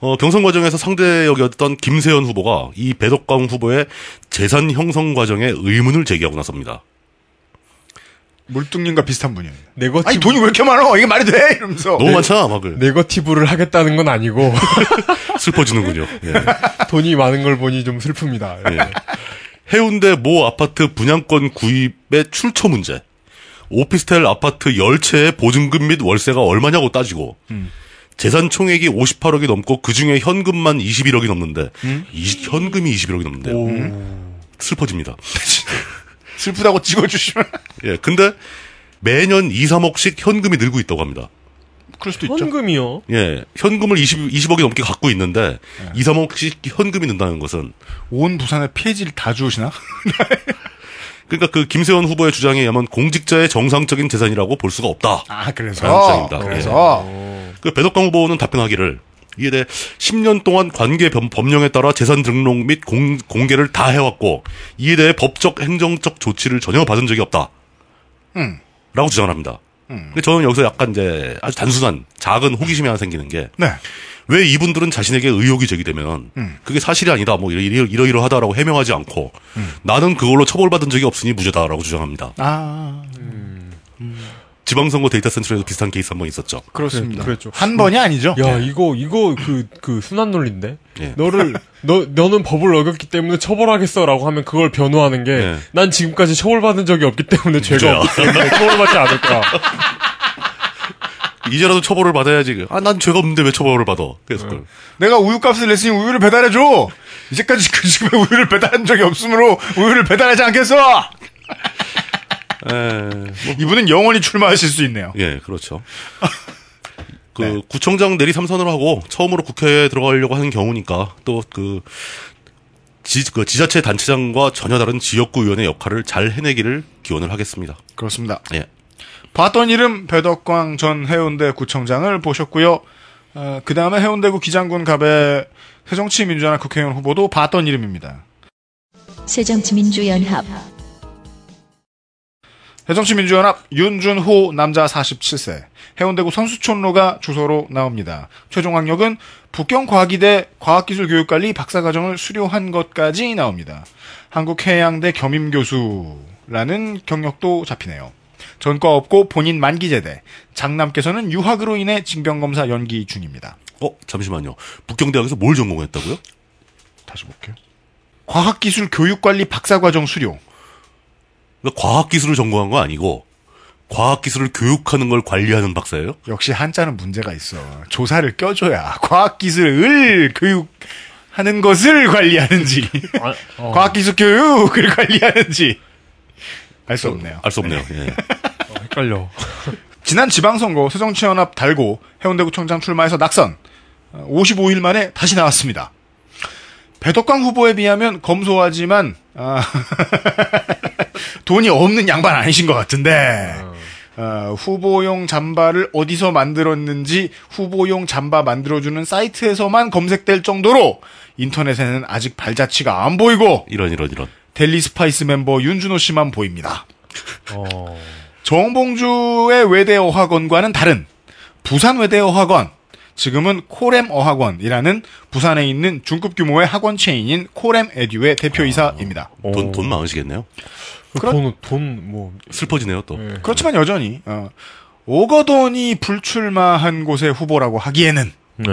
어, 경선 과정에서 상대역이었던 김세현 후보가 이 배덕광 후보의 재산 형성 과정에 의문을 제기하고 나섭니다. 어, 물뚱님과 비슷한 분이에요. 네거티브 아니 돈이 왜 이렇게 많아? 이게 말이 돼? 이러면서 너무 많잖아, 막을. 네거티브를 하겠다는 건 아니고 슬퍼지는군요. 예. 돈이 많은 걸 보니 좀 슬픕니다. 예. 해운대 모 아파트 분양권 구입의 출처 문제. 오피스텔 아파트 10채의 보증금 및 월세가 얼마냐고 따지고. 재산 총액이 58억이 넘고 그중에 현금만 21억이 넘는데 이- 현금이 21억이 넘는데요. 음? 슬퍼집니다. 슬프다고 찍어주시면 예, 근데 매년 2, 3억씩 현금이 늘고 있다고 합니다. 그럴 수도 있죠. 현금이요. 예, 현금을 20, 20억이 넘게 갖고 있는데 2, 3억씩 현금이 는다는 것은 온 부산의 폐지를 다 주우시나? 그러니까 그 김세원 후보의 주장에 의하면 공직자의 정상적인 재산이라고 볼 수가 없다. 아 그래서 자연스럽습니다. 그래서 그 배덕광 후보는 답변하기를 이에 대해 10년 동안 관계 범, 법령에 따라 재산 등록 및 공, 공개를 다 해왔고 이에 대해 법적 행정적 조치를 전혀 받은 적이 없다. 음. 라고 주장합니다. 근데 저는 여기서 약간 이제 아주 단순한 작은 호기심이 하나 생기는 게 네. 왜 이분들은 자신에게 의혹이 제기되면 그게 사실이 아니다 뭐 이러, 이러, 이러이러하다라고 해명하지 않고 나는 그걸로 처벌받은 적이 없으니 무죄다라고 주장합니다. 아 지방선거 데이터 센터에서 비슷한 케이스 한 번 있었죠. 그렇습니다. 그랬죠. 한 번이 아니죠. 야, 이거, 이거, 그, 그, 순환 논리인데? 예. 너를, 너, 너는 법을 어겼기 때문에 처벌하겠어. 라고 하면 그걸 변호하는 게, 예. 난 지금까지 처벌받은 적이 없기 때문에 죄가 없기 때문에 처벌받지 않을 거야. 이제라도 처벌을 받아야지. 아, 난 죄가 없는데 왜 처벌을 받아? 그래서 그걸. 내가 우유값을 냈으니 우유를 배달해줘! 이제까지 그 집에 우유를 배달한 적이 없으므로 우유를 배달하지 않겠어! 에, 이분은 영원히 출마하실 수 있네요. 네. 예, 그렇죠. 그 구청장 내리 삼선으로 하고 처음으로 국회에 들어가려고 하는 경우니까 또 그 지, 그 지자체 단체장과 전혀 다른 지역구 의원의 역할을 잘 해내기를 기원을 하겠습니다. 그렇습니다. 예. 봤던 이름 배덕광 전 해운대 구청장을 보셨고요. 어, 그 다음에 해운대구 기장군 갑의 새정치민주연합 국회의원 후보도 봤던 이름입니다. 새정치민주연합 새정치민주연합 윤준호 남자 47세 해운대구 선수촌로가 주소로 나옵니다. 최종 학력은 북경과기대 과학기술교육관리 박사과정을 수료한 것까지 나옵니다. 한국해양대 겸임교수라는 경력도 잡히네요. 전과 없고 본인 만기제대 장남께서는 유학으로 인해 징병검사 연기 중입니다. 어, 잠시만요. 북경대학에서 뭘 전공했다고요? 다시 볼게요. 과학기술교육관리 박사과정 수료 그러니까 과학기술을 전공한 거 아니고 과학기술을 교육하는 걸 관리하는 박사예요? 역시 한자는 문제가 있어. 조사를 껴줘야 과학기술을 교육하는 것을 관리하는지, 아, 어. 과학기술 교육을 관리하는지 알 수 없네요. 알 수 없네요. 예. 헷갈려. 지난 지방선거 새정치연합 달고 해운대구청장 출마해서 낙선. 55일 만에 다시 나왔습니다. 배덕광 후보에 비하면 검소하지만 아, 돈이 없는 양반 아니신 것 같은데 어, 후보용 잠바를 어디서 만들었는지 후보용 잠바 만들어주는 사이트에서만 검색될 정도로 인터넷에는 아직 발자취가 안 보이고 이런 이런 이런. 델리 스파이스 멤버 윤준호 씨만 보입니다. 어. 정봉주의 외대 어학원과는 다른 부산 외대 어학원, 지금은 코렘 어학원이라는 부산에 있는 중급 규모의 학원 체인인 코렘 에듀의 대표이사입니다. 돈, 돈 많으시겠네요. 그렇- 돈, 돈, 뭐, 슬퍼지네요, 또. 예. 그렇지만 여전히 어, 오거돈이 불출마한 곳의 후보라고 하기에는 네.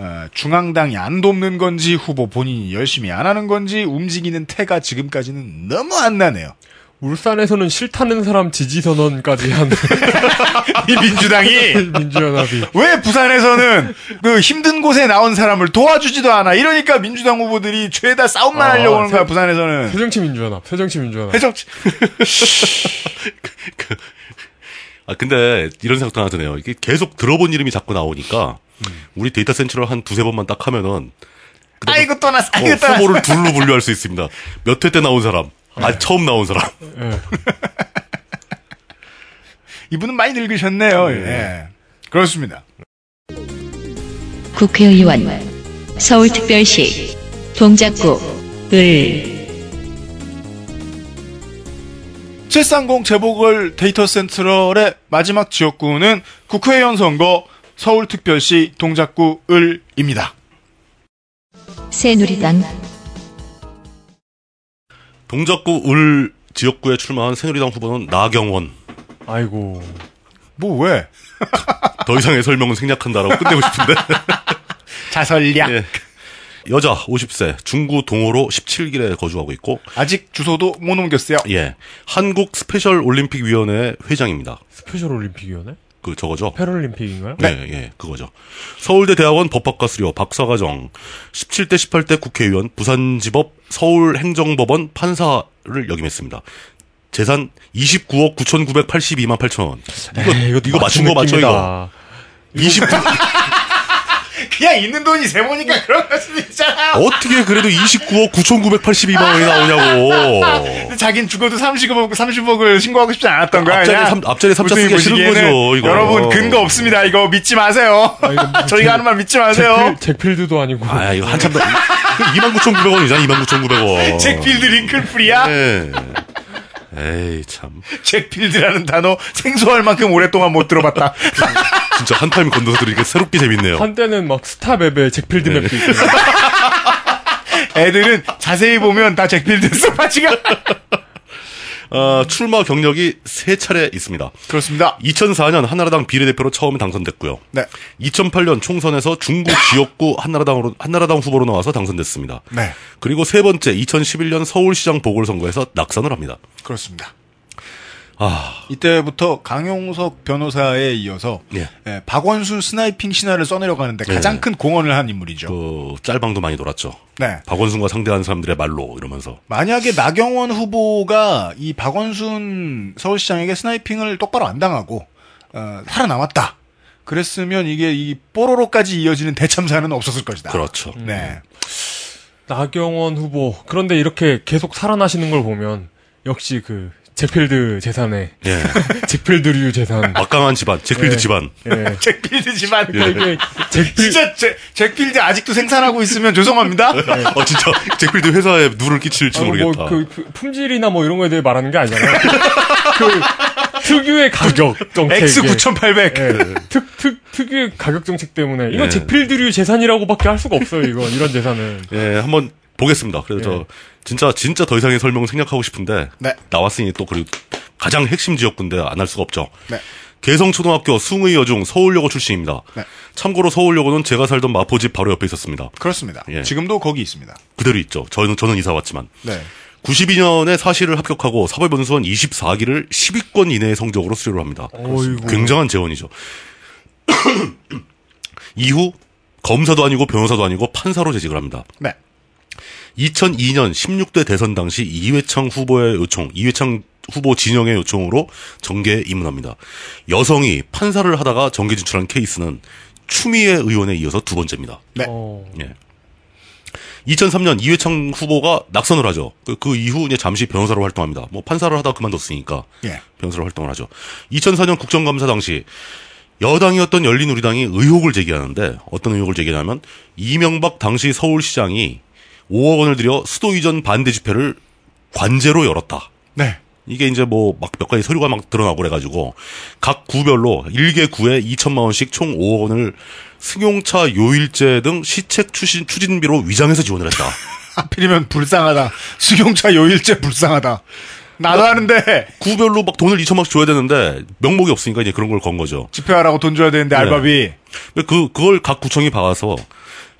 어, 중앙당이 안 돕는 건지 후보 본인이 열심히 안 하는 건지 움직이는 태가 지금까지는 너무 안 나네요. 울산에서는 싫다는 사람 지지선언까지 한 이 민주당이 민주연합이. 왜 부산에서는 그 힘든 곳에 나온 사람을 도와주지도 않아? 이러니까 민주당 후보들이 죄다 싸움만 아, 하려고 하는 거야, 세- 부산에서는. 새정치민주연합, 새정치민주연합. 해적 아, 근데 이런 생각도 하나 드네요. 이게 계속 들어본 이름이 자꾸 나오니까 우리 데이터 센트럴 한 두세 번만 딱 하면은 아이고 떠났어, 어, 아이고 떠났어. 후보를 둘로 분류할 수 있습니다. 몇 회 때 나온 사람. 아, 처음 나온 사람. 예. 이분은 많이 늙으셨네요, 예. 그렇습니다. 국회의원 서울특별시 동작구 을 730 재보궐 데이터 센트럴의 마지막 지역구는 국회의원 선거 서울특별시 동작구 을입니다. 새누리당 동작구 울 지역구에 출마한 새누리당 후보는 나경원. 아이고. 뭐 왜? 더 이상의 설명은 생략한다라고 끝내고 싶은데. 자설략. 예. 여자 50세 중구 동호로 17길에 거주하고 있고 아직 주소도 못 옮겼어요. 예 한국 스페셜 올림픽 위원회 회장입니다. 스페셜 올림픽이었네? 그 저거죠. 패럴림픽인가요? 예, 예, 그거죠. 서울대 대학원 법학과 수료, 박사과정, 17대, 18대 국회의원, 부산지법, 서울행정법원 판사를 역임했습니다. 재산 29억 9,982만 8천 원. 이거, 에이, 네, 이거, 이것도 맞춘 거 맞죠, 느낌이다. 이거? 29, 그냥 있는 돈이 세보니까 그런 걸 수도 있잖아. 어떻게 그래도 29억 9,982만 원이 나오냐고. 근데 자긴 죽어도 30억, 30억을 신고하고 싶지 않았던 거야. 앞자리 그냥. 삼- 앞자리 삼자 무수히 쓰기가 싫은 보시기에는 거죠, 이거. 여러분, 근거 없습니다. 이거 믿지 마세요. 아, 이거 저희가 하는 말 믿지 마세요. 잭필, 잭필드도 아니고. 아, 이거 한참 더. 29,900원이잖아, 29,900원. 잭필드 네. 링클풀이야? 예. 에이, 참. 잭필드라는 단어 생소할 만큼 오랫동안 못 들어봤다. 진짜 한 타임 건너서 들으니까 새롭게 재밌네요. 한때는 막 스타맵에 잭필드 네. 맵도 있고. 애들은 자세히 보면 다 잭필드 스파지가. 어, 출마 경력이 세 차례 있습니다. 그렇습니다. 2004년 한나라당 비례대표로 처음 당선됐고요. 네. 2008년 총선에서 중구 지역구 한나라당으로 한나라당 후보로 나와서 당선됐습니다. 네. 그리고 세 번째 2011년 서울시장 보궐선거에서 낙선을 합니다. 그렇습니다. 아, 이때부터 강용석 변호사에 이어서 예. 예, 박원순 스나이핑 신화를 써내려가는데 가장 예. 큰 공헌을 한 인물이죠. 그 짤방도 많이 돌았죠. 네. 박원순과 상대하는 사람들의 말로 이러면서 만약에 나경원 후보가 이 박원순 서울시장에게 스나이핑을 똑바로 안 당하고 어, 살아남았다. 그랬으면 이게 이 뽀로로까지 이어지는 대참사는 없었을 것이다. 그렇죠. 네. 나경원 후보. 그런데 이렇게 계속 살아나시는 걸 보면 역시 그 잭필드 재산에 예. 잭필드류 재산. 막강한 집안, 잭필드 집안. 예. 잭필드지만 네. 아, 이게 잭필 진짜 잭, 잭필드 아직도 생산하고 있으면 죄송합니다. 어 진짜 잭필드 회사에 누를 끼칠지 아, 모르겠다. 뭐, 그, 그 품질이나 뭐 이런 거에 대해 말하는 게 아니잖아요. 그 특유의 가격 정책. X 네. 9800. 특, 특, 특유의 가격 정책 때문에. 이건 예. 잭필드류 재산이라고밖에 할 수가 없어요, 이건. 이런 재산은. 예, 한번 보겠습니다. 그래서 저 진짜 진짜 더 이상의 설명 생략하고 싶은데 예. 네. 나왔으니 또 그리고 가장 핵심 지역군데 안 할 수가 없죠. 네. 개성초등학교 숭의여중 서울여고 출신입니다. 네. 참고로 서울여고는 제가 살던 마포집 바로 옆에 있었습니다. 그렇습니다. 예. 지금도 거기 있습니다. 그대로 있죠. 저는 저는 이사 왔지만 네. 92년에 사시를 합격하고 사법연수원 24기를 10위권 이내의 성적으로 수료를 합니다. 어이구. 굉장한 재원이죠. 이후 검사도 아니고 변호사도 아니고 판사로 재직을 합니다. 네. 2002년 16대 대선 당시 이회창 후보의 요청, 이회창 후보 진영의 요청으로 정계에 입문합니다. 여성이 판사를 하다가 정계 진출한 케이스는 추미애 의원에 이어서 두 번째입니다. 네. 어. 예. 2003년 이회창 후보가 낙선을 하죠. 그, 그 이후 이제 잠시 변호사로 활동합니다. 뭐 판사를 하다 그만뒀으니까 예. 변호사로 활동을 하죠. 2004년 국정감사 당시 여당이었던 열린우리당이 의혹을 제기하는데 어떤 의혹을 제기하냐면 이명박 당시 서울시장이 5억 원을 들여 수도 이전 반대 집회를 관제로 열었다. 네. 이게 이제 뭐 막 몇 가지 서류가 막 드러나고 그래가지고 각 구별로 일개 구에 2천만 원씩 총 5억 원을 승용차 요일제 등 시책 추진, 추진비로 위장해서 지원을 했다. 하필이면 불쌍하다. 수용차 요일제 불쌍하다. 나도 하는데 구별로 막 돈을 2천만 원씩 줘야 되는데 명목이 없으니까 이제 그런 걸 건 거죠. 집회하라고 돈 줘야 네. 되는데 알바비. 근데 그 그걸 각 구청이 박아서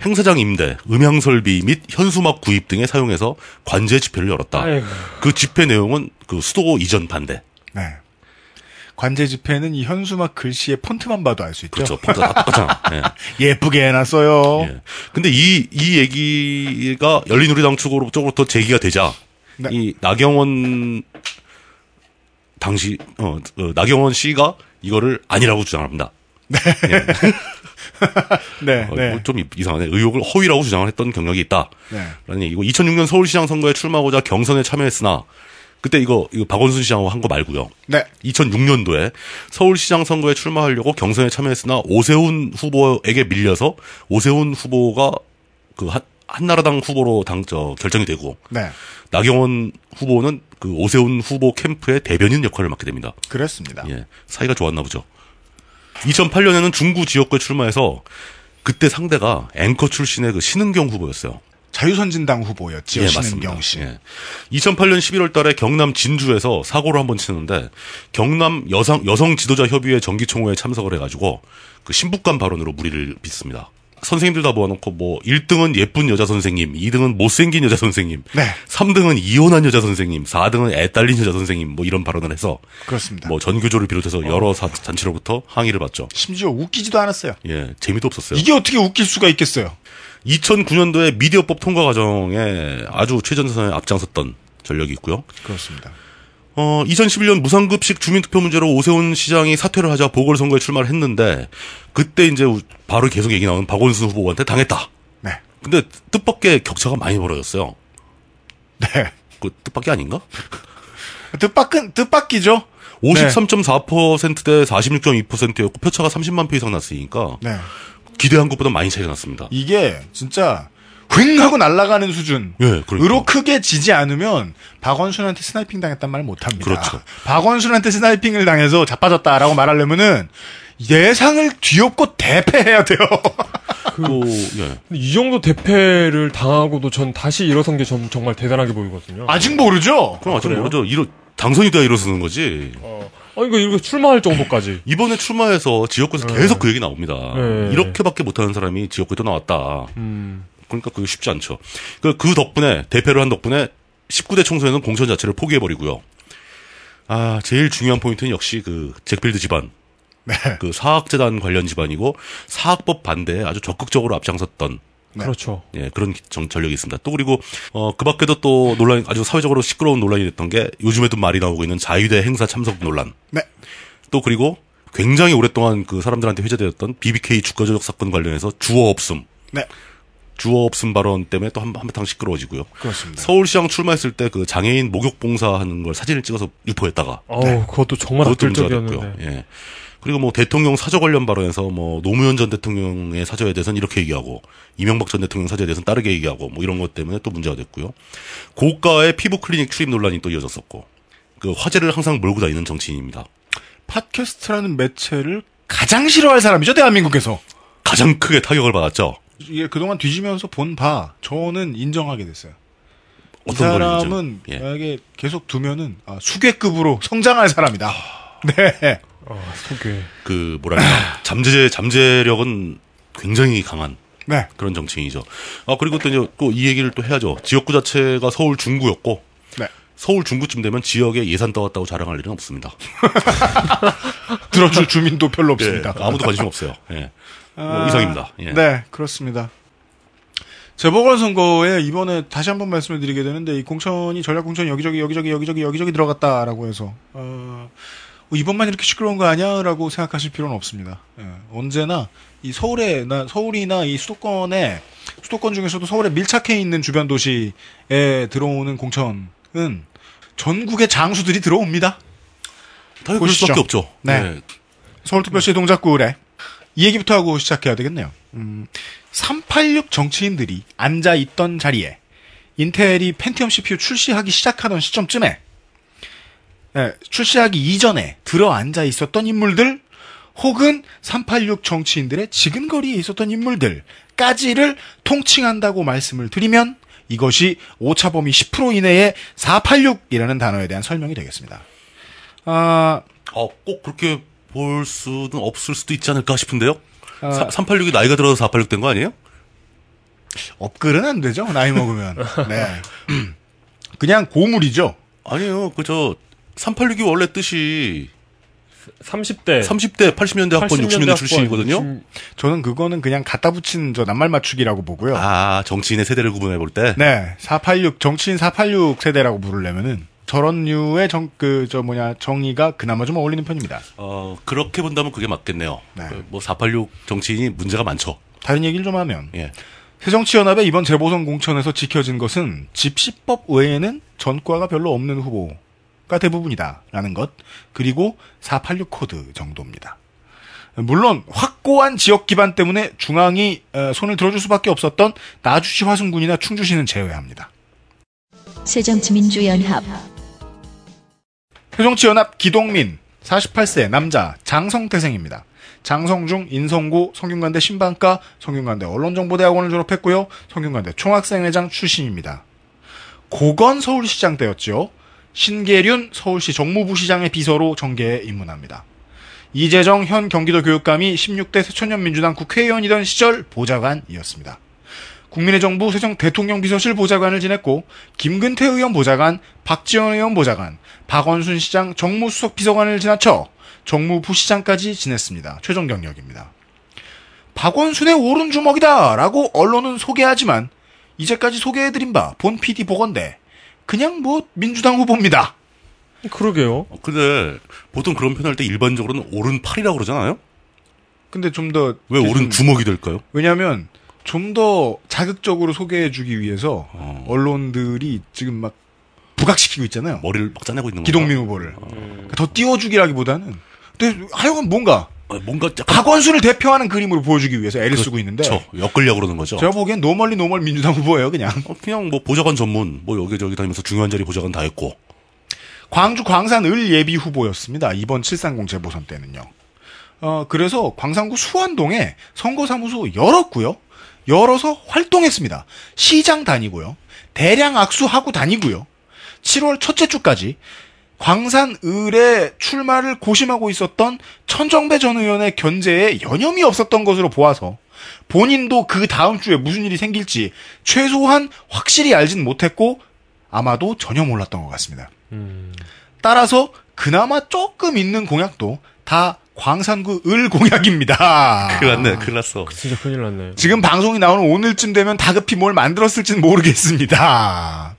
행사장 임대, 음향 설비 및 현수막 구입 등에 사용해서 관제 집회를 열었다. 아이고. 그 집회 내용은 그 수도 이전 반대. 네. 관제 집회는 이 현수막 글씨의 폰트만 봐도 알 수 있죠. 그렇죠. 폰트가 다 똑같잖아. 예. 예쁘게 해놨어요. 예. 근데 이, 이 얘기가 열린우리당 측으로, 쪽으로부터 제기가 되자, 네. 이 나경원, 당시, 어, 어, 나경원 씨가 이거를 아니라고 주장합니다. 네, 어, 네. 뭐좀 이- 이상하네. 의혹을 허위라고 주장을 했던 경력이 있다. 네. 라는 얘기고, 2006년 서울시장 선거에 출마하고자 경선에 참여했으나, 그때 이거, 이거 박원순 시장하고 한 거 말고요. 네. 2006년도에 서울시장 선거에 출마하려고 경선에 참여했으나 오세훈 후보에게 밀려서 오세훈 후보가 그 한, 한나라당 후보로 당저 결정이 되고 네. 나경원 후보는 그 오세훈 후보 캠프의 대변인 역할을 맡게 됩니다. 그랬습니다. 예, 사이가 좋았나 보죠. 2008년에는 중구 지역구에 출마해서 그때 상대가 앵커 출신의 그 신은경 후보였어요. 자유선진당 후보였지요. 예, 신은경 맞습니다. 씨. 예. 2008년 11월 달에 경남 진주에서 사고를 한번 치는데 경남 여성 여성 지도자 협의회 정기총회에 참석을 해 가지고 그 신북감 발언으로 무리를 빚습니다. 선생님들 다 모아놓고 뭐 1등은 예쁜 여자 선생님, 2등은 못생긴 여자 선생님, 네. 3등은 이혼한 여자 선생님, 4등은 애 딸린 여자 선생님 뭐 이런 발언을 해서 그렇습니다. 어. 뭐 전교조를 비롯해서 여러 사- 단체로부터 항의를 받죠. 심지어 웃기지도 않았어요. 예, 재미도 없었어요. 이게 어떻게 웃길 수가 있겠어요? 2009년도에 미디어법 통과 과정에 아주 최전선에 앞장섰던 전력이 있고요. 그렇습니다. 어, 2011년 무상급식 주민투표 문제로 오세훈 시장이 사퇴를 하자 보궐선거에 출마를 했는데 그때 이제 우- 바로 계속 얘기 나오는 박원순 후보한테 당했다. 네. 근데 뜻밖의 격차가 많이 벌어졌어요. 네. 그 뜻밖의 아닌가? 뜻밖은, 뜻밖이죠? 53.4%대 46.2%였고 표차가 30만 표 이상 났으니까 네. 기대한 것보다 많이 차이가 났습니다. 이게 진짜 휑 하고 날아가는 수준. 예, 그러니까. 으로 크게 지지 않으면 박원순한테 스나이핑 당했단 말을 못 합니다. 그렇죠. 박원순한테 스나이핑을 당해서 자빠졌다라고 말하려면은 예상을 뒤엎고 대패해야 돼요. 그 또, 예. 근데 이 정도 대패를 당하고도 전 다시 일어선 게 전 정말 대단하게 보이거든요. 아직 모르죠? 그럼 아직 그래요? 모르죠. 이러, 당선이 돼야 일어서는 거지. 어. 아니, 그, 이거 출마할 정도까지. 이번에 출마해서 지역구에서 계속 그 얘기 나옵니다. 네. 이렇게밖에 못하는 사람이 지역구에 또 나왔다. 음. 그러니까 그게 쉽지 않죠. 그, 그 덕분에, 대패를 한 덕분에 19대 총선에는 공천 자체를 포기해버리고요. 아, 제일 중요한 포인트는 역시 그 잭필드 집안. 네. 그 사학재단 관련 집안이고 사학법 반대에 아주 적극적으로 앞장섰던 그렇죠. 예, 그런 기- 정, 전력이 있습니다. 또 그리고 어, 그 밖에도 또 논란 아주 사회적으로 시끄러운 논란이 됐던 게 요즘에도 말이 나오고 있는 자유대 행사 참석 논란. 네. 또 그리고 굉장히 오랫동안 그 사람들한테 회자되었던 BBK 주가 조작 사건 관련해서 주어 없음. 네. 주어 없음 발언 때문에 또 한, 한바탕 시끄러워지고요. 그렇습니다. 서울시장 출마했을 때 그 장애인 목욕 봉사하는 걸 사진을 찍어서 유포했다가 어우, 네. 그것도 정말 그것도 문제가 됐고요. 악질적이었는데. 예. 그리고 뭐 대통령 사저 관련 발언에서 뭐 노무현 전 대통령의 사저에 대해서는 이렇게 얘기하고 이명박 전 대통령 사저에 대해서는 다르게 얘기하고 뭐 이런 것 때문에 또 문제가 됐고요. 고가의 피부 클리닉 출입 논란이 또 이어졌었고 그 화제를 항상 몰고 다니는 정치인입니다. 팟캐스트라는 매체를 가장 싫어할 사람이죠, 대한민국에서. 가장 크게 타격을 받았죠. 이게 그동안 뒤지면서 본 바, 저는 인정하게 됐어요. 이 어떤 걸 사람은 인정? 예. 만약에 계속 두면은 아, 수괴급으로 성장할 사람이다. 네. 아, 속에. 그 뭐랄까 잠재 잠재력은 굉장히 강한 네. 그런 정치인이죠. 아 그리고 또 이제 또 이 얘기를 또 해야죠. 지역구 자체가 서울 중구였고 네. 서울 중구쯤 되면 지역에 예산 떠왔다고 자랑할 일은 없습니다. 들어줄 주민도 별로 없습니다. 아, 예, 아무도 관심 없어요. 예. 뭐 이상입니다. 예. 네, 그렇습니다. 재보궐선거에 이번에 다시 한번 말씀을 드리게 되는데 이 공천이 전략 공천이 여기저기 여기저기 여기저기 여기저기 들어갔다라고 해서 어, 어, 이번만 이렇게 시끄러운 거 아니야라고 생각하실 필요는 없습니다. 예, 언제나 이 서울에 나 서울이나 이 수도권에 수도권 중에서도 서울에 밀착해 있는 주변 도시에 들어오는 공천은 전국의 장수들이 들어옵니다. 당연히 그럴 보시죠. 수밖에 없죠. 예. 네. 서울특별시 동작구 의뢰. 이 얘기부터 하고 시작해야 되겠네요. 음, 386 정치인들이 앉아있던 자리에 인텔이 펜티엄 CPU 출시하기 시작하던 시점쯤에 예, 출시하기 이전에 들어앉아 있었던 인물들 혹은 386 정치인들의 지근거리에 있었던 인물들까지를 통칭한다고 말씀을 드리면 이것이 오차범위 10% 이내의 486이라는 단어에 대한 설명이 되겠습니다. 아, 어, 꼭 그렇게 볼 수는 없을 수도 있지 않을까 싶은데요. 아. 386이 나이가 들어서 486 된 거 아니에요? 업글은 안 되죠. 나이 먹으면. 네. 그냥 고물이죠. 아니에요. 그 저 386이 원래 뜻이 네. 30대. 30대 80년대 학번 60년대 음. 출신이거든요. 음, 저는 그거는 그냥 갖다 붙인 저 낱말 맞추기라고 보고요. 아 정치인의 세대를 구분해 볼 때. 네. 486 정치인 486 세대라고 부르려면은 저런 류의 정 그 저 뭐냐 정의가 그나마 좀 어울리는 편입니다. 어 그렇게 본다면 그게 맞겠네요. 네. 뭐 486 정치인이 문제가 많죠. 다른 얘기를 좀 하면 예. 새정치연합의 이번 재보선 공천에서 지켜진 것은 집시법 외에는 전과가 별로 없는 후보가 대부분이다라는 것 그리고 486 코드 정도입니다. 물론 확고한 지역 기반 때문에 중앙이 에, 손을 들어줄 수밖에 없었던 나주시 화순군이나 충주시는 제외합니다. 새정치민주연합 새정치연합 기동민 48세 남자 장성태생입니다. 장성중 인성고 성균관대 신방과 성균관대 언론정보대학원을 졸업했고요. 성균관대 총학생회장 출신입니다. 고건 서울시장 때였죠. 신계륜 서울시 정무부시장의 비서로 정계에 입문합니다. 이재정 현 경기도 교육감이 16대 새천년민주당 국회의원이던 시절 보좌관이었습니다. 국민의 정부 세정 대통령 비서실 보좌관을 지냈고 김근태 의원 보좌관, 박지원 의원 보좌관, 박원순 시장 정무수석 비서관을 지나쳐 정무부시장까지 지냈습니다. 최종 경력입니다. 박원순의 오른 주먹이다라고 언론은 소개하지만 이제까지 소개해드린 바 본 PD 보건데 그냥 뭐 민주당 후보입니다. 그러게요. 어, 근데 보통 그런 표현할 때 일반적으로는 오른팔이라고 그러잖아요. 근데 좀 더 왜 오른 주먹이 될까요? 왜냐하면 좀 더 자극적으로 소개해주기 위해서 어. 언론들이 지금 막 부각시키고 있잖아요. 머리를 막 짜내고 있는 거. 음. 기동민 후보를 더 띄워주기라기보다는 근데 하여간 뭔가 아, 뭔가 약간 박원순을 대표하는 그림으로 보여주기 위해서 애를 쓰고 있는데 네. 저 엮으려 고 그러는 거죠. 제가 보기엔 노멀리 노멀 민주당 후보예요 그냥 어, 그냥 뭐 보좌관 전문 뭐 여기저기 다니면서 중요한 자리 보좌관 다 했고 광주 광산 을 예비 후보였습니다 이번 730 재보선 때는요 어 그래서 광산구 수원동에 선거사무소 열었고요 열어서 활동했습니다 시장 다니고요 대량 악수하고 다니고요 7월 첫째 주까지 광산을의 출마를 고심하고 있었던 천정배 전 의원의 견제에 여념이 없었던 것으로 보아서 본인도 그 다음 주에 무슨 일이 생길지 최소한 확실히 알진 못했고 아마도 전혀 몰랐던 것 같습니다. 따라서 그나마 조금 있는 공약도 다 광산구 을 공약입니다. 큰일 났네, 큰일 났어. 진짜 큰일 났네. 지금 방송이 나오는 오늘쯤 되면 다급히 뭘 만들었을지는 모르겠습니다.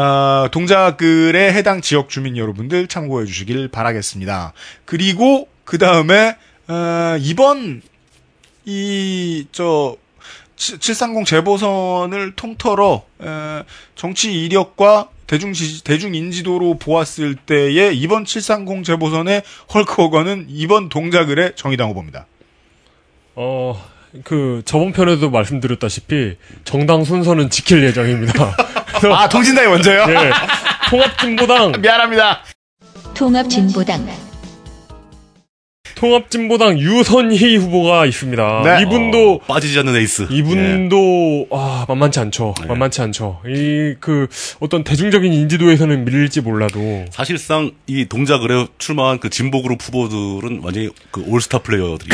아, 동작글에 해당 지역 주민 여러분들 참고해 주시길 바라겠습니다. 그리고 그 다음에 어, 이번 이저 730 재보선을 통틀어 에, 정치 이력과 대중 지 대중 인지도로 보았을 때의 이번 730 재보선의 헐크 호건은 이번 동작을의 정의당 후보입니다. 어, 그, 저번 편에도 말씀드렸다시피, 정당 순서는 지킬 예정입니다. 그래서, 아, 통진당이 먼저요? 예. 통합진보당, 미안합니다. 통합진보당 통합진보당 유선희 후보가 있습니다. 네. 이분도, 어, 빠지지 않는 에이스. 예. 이분도 아 만만치 않죠. 만만치 않죠. 이 그 어떤 대중적인 인지도에서는 밀릴지 몰라도 사실상 이 동작을에 출마한 그 진보 그룹 후보들은 완전히 그 올스타 플레이어들이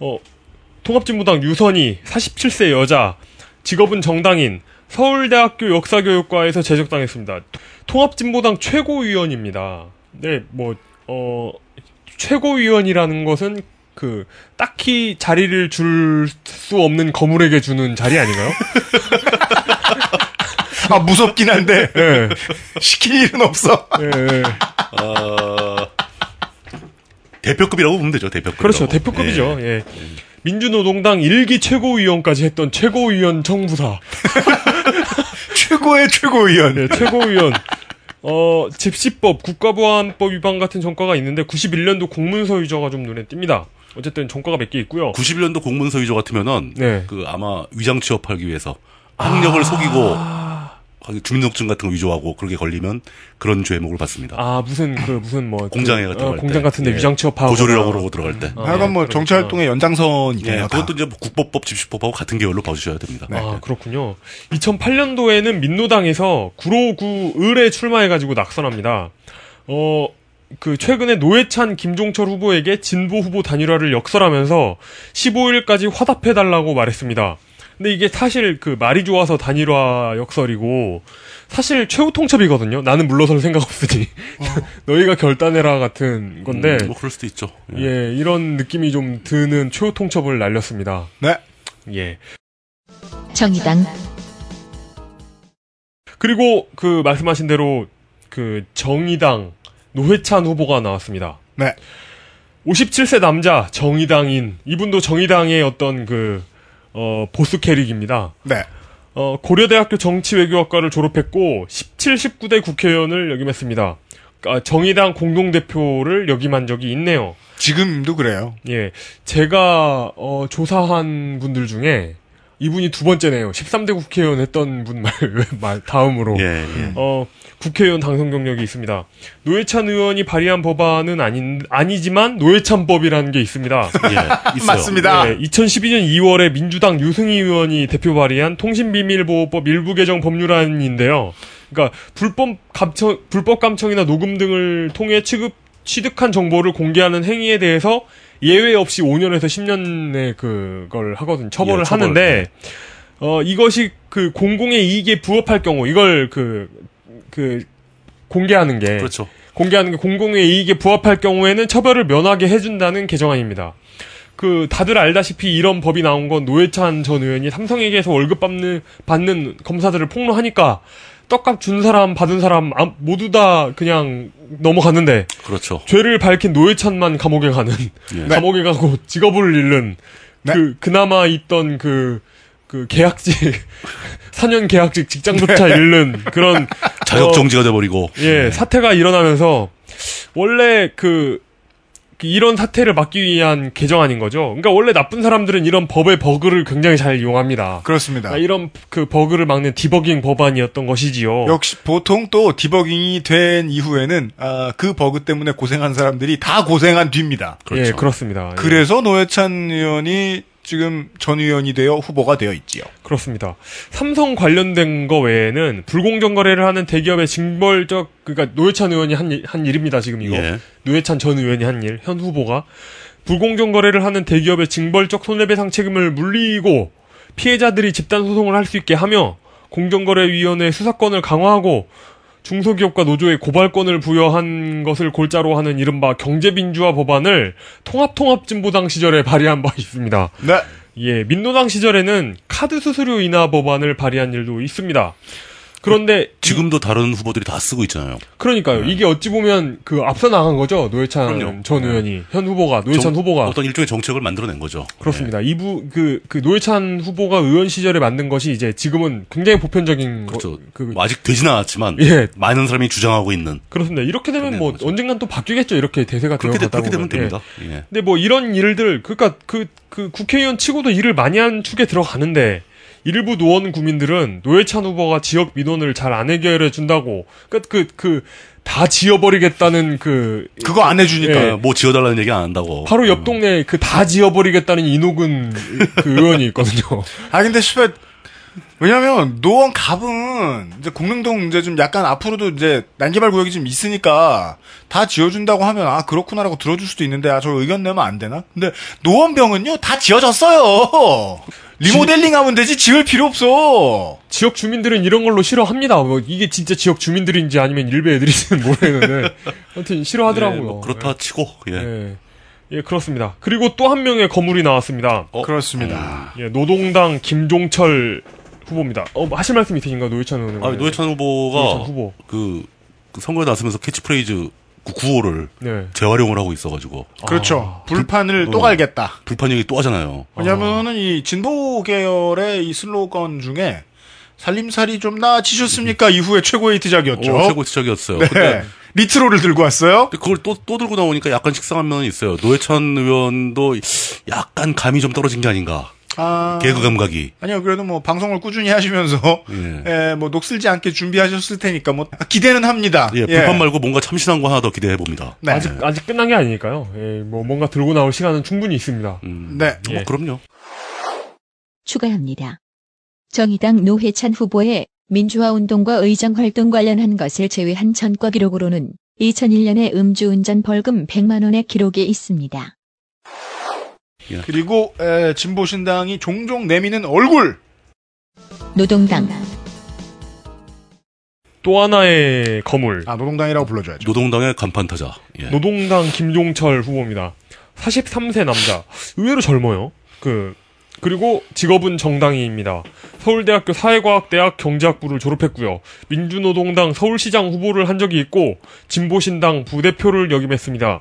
어 통합진보당 유선이 47세 여자 직업은 정당인 서울대학교 역사교육과에서 제적당했습니다. 통합진보당 최고위원입니다. 네, 뭐 어 최고위원이라는 것은 그 딱히 자리를 줄 수 없는 거물에게 주는 자리 아닌가요? 아, 무섭긴 한데. 네. 시킬 일은 없어. 예, 예. 어, 대표급이라고 보면 되죠. 대표급. 그렇죠. 대표급이죠. 예. 민주노동당 일기 최고위원까지 했던 최고위원 청부사. 최고의 최고위원. 예, 최고위원. 어, 집시법, 국가보안법 위반 같은 전과가 있는데 91년도 공문서 위조가 좀 눈에 띕니다. 어쨌든 전과가 몇 개 있고요. 91년도 공문서 위조 같으면은 네. 아. 그 아마 위장 취업하기 위해서 학력을 속이고 주민등록증 같은 거 위조하고 그렇게 걸리면 그런 죄목을 받습니다. 아, 무슨 그 무슨 뭐 공장에 그, 같은 어, 거할 공장 때. 같은 데 예. 위장 취업하고 보조료라고 들어갈 때. 아, 하여간 뭐 그렇구나. 정치활동의 예, 연장선이네요. 다. 네. 그것도 이제 뭐 국법법 집시법하고 같은 계열로 봐주셔야 됩니다. 아, 그렇군요. 2008년도에는 민노당에서 구로구 을에 출마해가지고 낙선합니다. 어, 그 최근에 노회찬, 김종철 후보에게 진보 후보 단일화를 역설하면서 15일까지 화답해달라고 말했습니다. 근데 이게 사실 그 말이 좋아서 단일화 역설이고 사실 최후 통첩이거든요. 나는 물러설 생각 없으니 너희가 결단해라 같은 건데 어. 음, 뭐 그럴 수도 있죠. 예. 예 이런 느낌이 좀 드는 최후 통첩을 날렸습니다. 네. 예. 정의당 그리고 그 말씀하신 대로 그 정의당 노회찬 후보가 나왔습니다. 네. 57세 남자 정의당인 이분도 정의당의 어떤 그 어, 보스 캐릭입니다. 네. 어, 고려대학교 정치외교학과를 졸업했고 17, 19대 국회의원을 역임했습니다. 아, 정의당 공동대표를 역임한 적이 있네요. 지금도 그래요. 예. 제가, 어, 조사한 분들 중에, 이분이 두 번째네요. 13대 국회의원 했던 분 말, 말, 다음으로. 예, 예. 어, 국회의원 당선 경력이 있습니다. 노회찬 의원이 발의한 법안은 아닌, 아니지만 노회찬법이라는 게 있습니다. 예, 있어요. 맞습니다. 네, 2012년 2월에 민주당 유승희 의원이 대표 발의한 통신비밀보호법 일부 개정 법률안인데요. 그러니까 불법 감청, 불법 감청이나 녹음 등을 통해 취급, 취득한 정보를 공개하는 행위에 대해서 예외 없이 5년에서 10년의 그걸 하거든 처벌을 예, 처벌. 하는데 어 이것이 그 공공의 이익에 부합할 경우 이걸 그 그 공개하는 게 그렇죠. 공개하는 게 공공의 이익에 부합할 경우에는 처벌을 면하게 해준다는 개정안입니다. 그 다들 알다시피 이런 법이 나온 건 노회찬 전 의원이 삼성에게서 월급 받는 받는 검사들을 폭로하니까 떡값 준 사람 받은 사람 아- 모두 다 그냥 넘어갔는데 그렇죠. 죄를 밝힌 노회찬만 감옥에 가는 예. 감옥에 가고 직업을 잃는 네. 그 그나마 있던 그. 그 계약직 4년 계약직 직장조차 잃는 그런 자격 어, 정지가 돼버리고. 네. 예, 사태가 일어나면서 원래 그, 그 이런 사태를 막기 위한 개정안인 거죠. 그러니까 원래 나쁜 사람들은 이런 법의 버그를 굉장히 잘 이용합니다. 그렇습니다. 그러니까 이런 그 버그를 막는 디버깅 법안이었던 것이지요. 역시 보통 또 디버깅이 된 이후에는 아, 그 버그 때문에 고생한 사람들이 다 고생한 뒤입니다. 그렇죠. 그 예, 그렇습니다. 예. 그래서 노회찬 의원이 지금 전 의원이 되어 후보가 되어 있지요. 그렇습니다. 삼성 관련된 거 외에는 불공정 거래를 하는 대기업의 징벌적 그러니까 노회찬 의원이 한, 일- 한 일입니다. 지금 이거 예. 노회찬 전 의원이 한 일, 현 후보가 불공정 거래를 하는 대기업의 징벌적 손해배상 책임을 물리고 피해자들이 집단 소송을 할 수 있게 하며 공정거래위원회 수사권을 강화하고 중소기업과 노조의 고발권을 부여한 것을 골자로 하는 이른바 경제민주화 법안을 통합통합진보당 시절에 발의한 바 있습니다. 네. 예, 민노당 시절에는 카드 수수료 인하 법안을 발의한 일도 있습니다. 그런데 지금도 다른 후보들이 다 쓰고 있잖아요. 그러니까요. 이게 어찌 보면 그 앞서 나간 거죠. 노회찬 네. 그럼요. 네. 전 의원이 현 후보가 노회찬 정- 후보가 어떤 네. 일종의 정책을 만들어낸 거죠. 그렇습니다. 이부 그, 그 노회찬 후보가 의원 시절에 만든 것이 이제 지금은 굉장히 보편적인 예. 그렇죠. 거, 그, 뭐 아직 되진 않았지만 예. 많은 사람이 주장하고 있는 그렇습니다. 이렇게 되면 그러네요, 뭐 맞아요. 언젠간 또 바뀌겠죠. 이렇게 대세가 그렇게, 되, 되어가다 그렇게 되면 보면. 예. 됩니다. 예. 근데 뭐 이런 일들 그러니까 그, 그 국회의원 치고도 일을 많이 한 축에 들어가는데 일부 노원 구민들은 노회찬 후보가 지역 민원을 잘 안 해결해 준다고 그그그 다 지어버리겠다는 그 그거 안 해주니까. 예. 아, 뭐 지어달라는 얘기 안 한다고. 음. 바로 옆 동네에 그 다 지어버리겠다는 이노근 그 의원이 있거든요. 아 근데 씨발 왜냐면 노원 갑은 이제 공릉동 이제 좀 약간 앞으로도 이제 난개발 구역이 좀 있으니까 다 지어준다고 하면 아 그렇구나라고 들어줄 수도 있는데 아 저 의견 내면 안 되나? 근데 노원병은요 다 지어졌어요. 리모델링하면 되지 지을 필요 없어. 지역 주민들은 이런 걸로 싫어합니다. 뭐 이게 진짜 지역 주민들인지 아니면 일베 애들인지는 모르겠는데 아무튼 싫어하더라고요. 예, 뭐 그렇다 치고 예. 예. 예, 그렇습니다. 그리고 또 한 명의 거물이 나왔습니다. 어? 음. 그렇습니다. 예, 노동당 김종철 후보입니다. 어, 뭐 하실 말씀 있으신가 노회찬 의원? 아, 노회찬 후보가 예. 노회찬 후보. 그, 그 선거에 나서면서 캐치프레이즈 그 구호를 네. 재활용을 하고 있어가지고 그렇죠. 불판을 또 음. 갈겠다. 불판 얘기 또 하잖아요. 어. 왜냐면은 이 진보 계열의 이 슬로건 중에 살림살이 좀 나아지셨습니까? 이후에 최고의 히트작이었죠. 오, 최고 시작이었어요. 네. 근데 리트로를 들고 왔어요. 근데 그걸 또, 또 들고 나오니까 약간 식상한 면은 있어요. 노회찬 의원도 약간 감이 좀 떨어진 게 아닌가. 아. 개그 감각이. 아니요, 그래도 뭐 방송을 꾸준히 하시면서 예. 예, 뭐 녹슬지 않게 준비하셨을 테니까 뭐 기대는 합니다. 예, 불판 말고 뭔가 참신한 거 하나 더 기대해 봅니다. 예. 네. 아직 아직 끝난 게 아니니까요. 예, 뭐 뭔가 들고 나올 시간은 충분히 있습니다. 음. 네. 뭐 예. 그럼요. 추가합니다. 정의당 노회찬 후보의 민주화운동과 의정활동 관련한 것을 제외한 전과 기록으로는 2001년에 음주운전 벌금 100만원의 기록이 있습니다. 그리고 에, 진보신당이 종종 내미는 얼굴. 노동당, 또 하나의 거물. 아 노동당이라고 불러줘야죠. 노동당의 간판 타자. 예. 노동당 김종철 후보입니다. 43세 남자. 의외로 젊어요. 그 그리고 직업은 정당이입니다. 서울대학교 사회과학대학 경제학부를 졸업했고요. 민주노동당 서울시장 후보를 한 적이 있고 진보신당 부대표를 역임했습니다.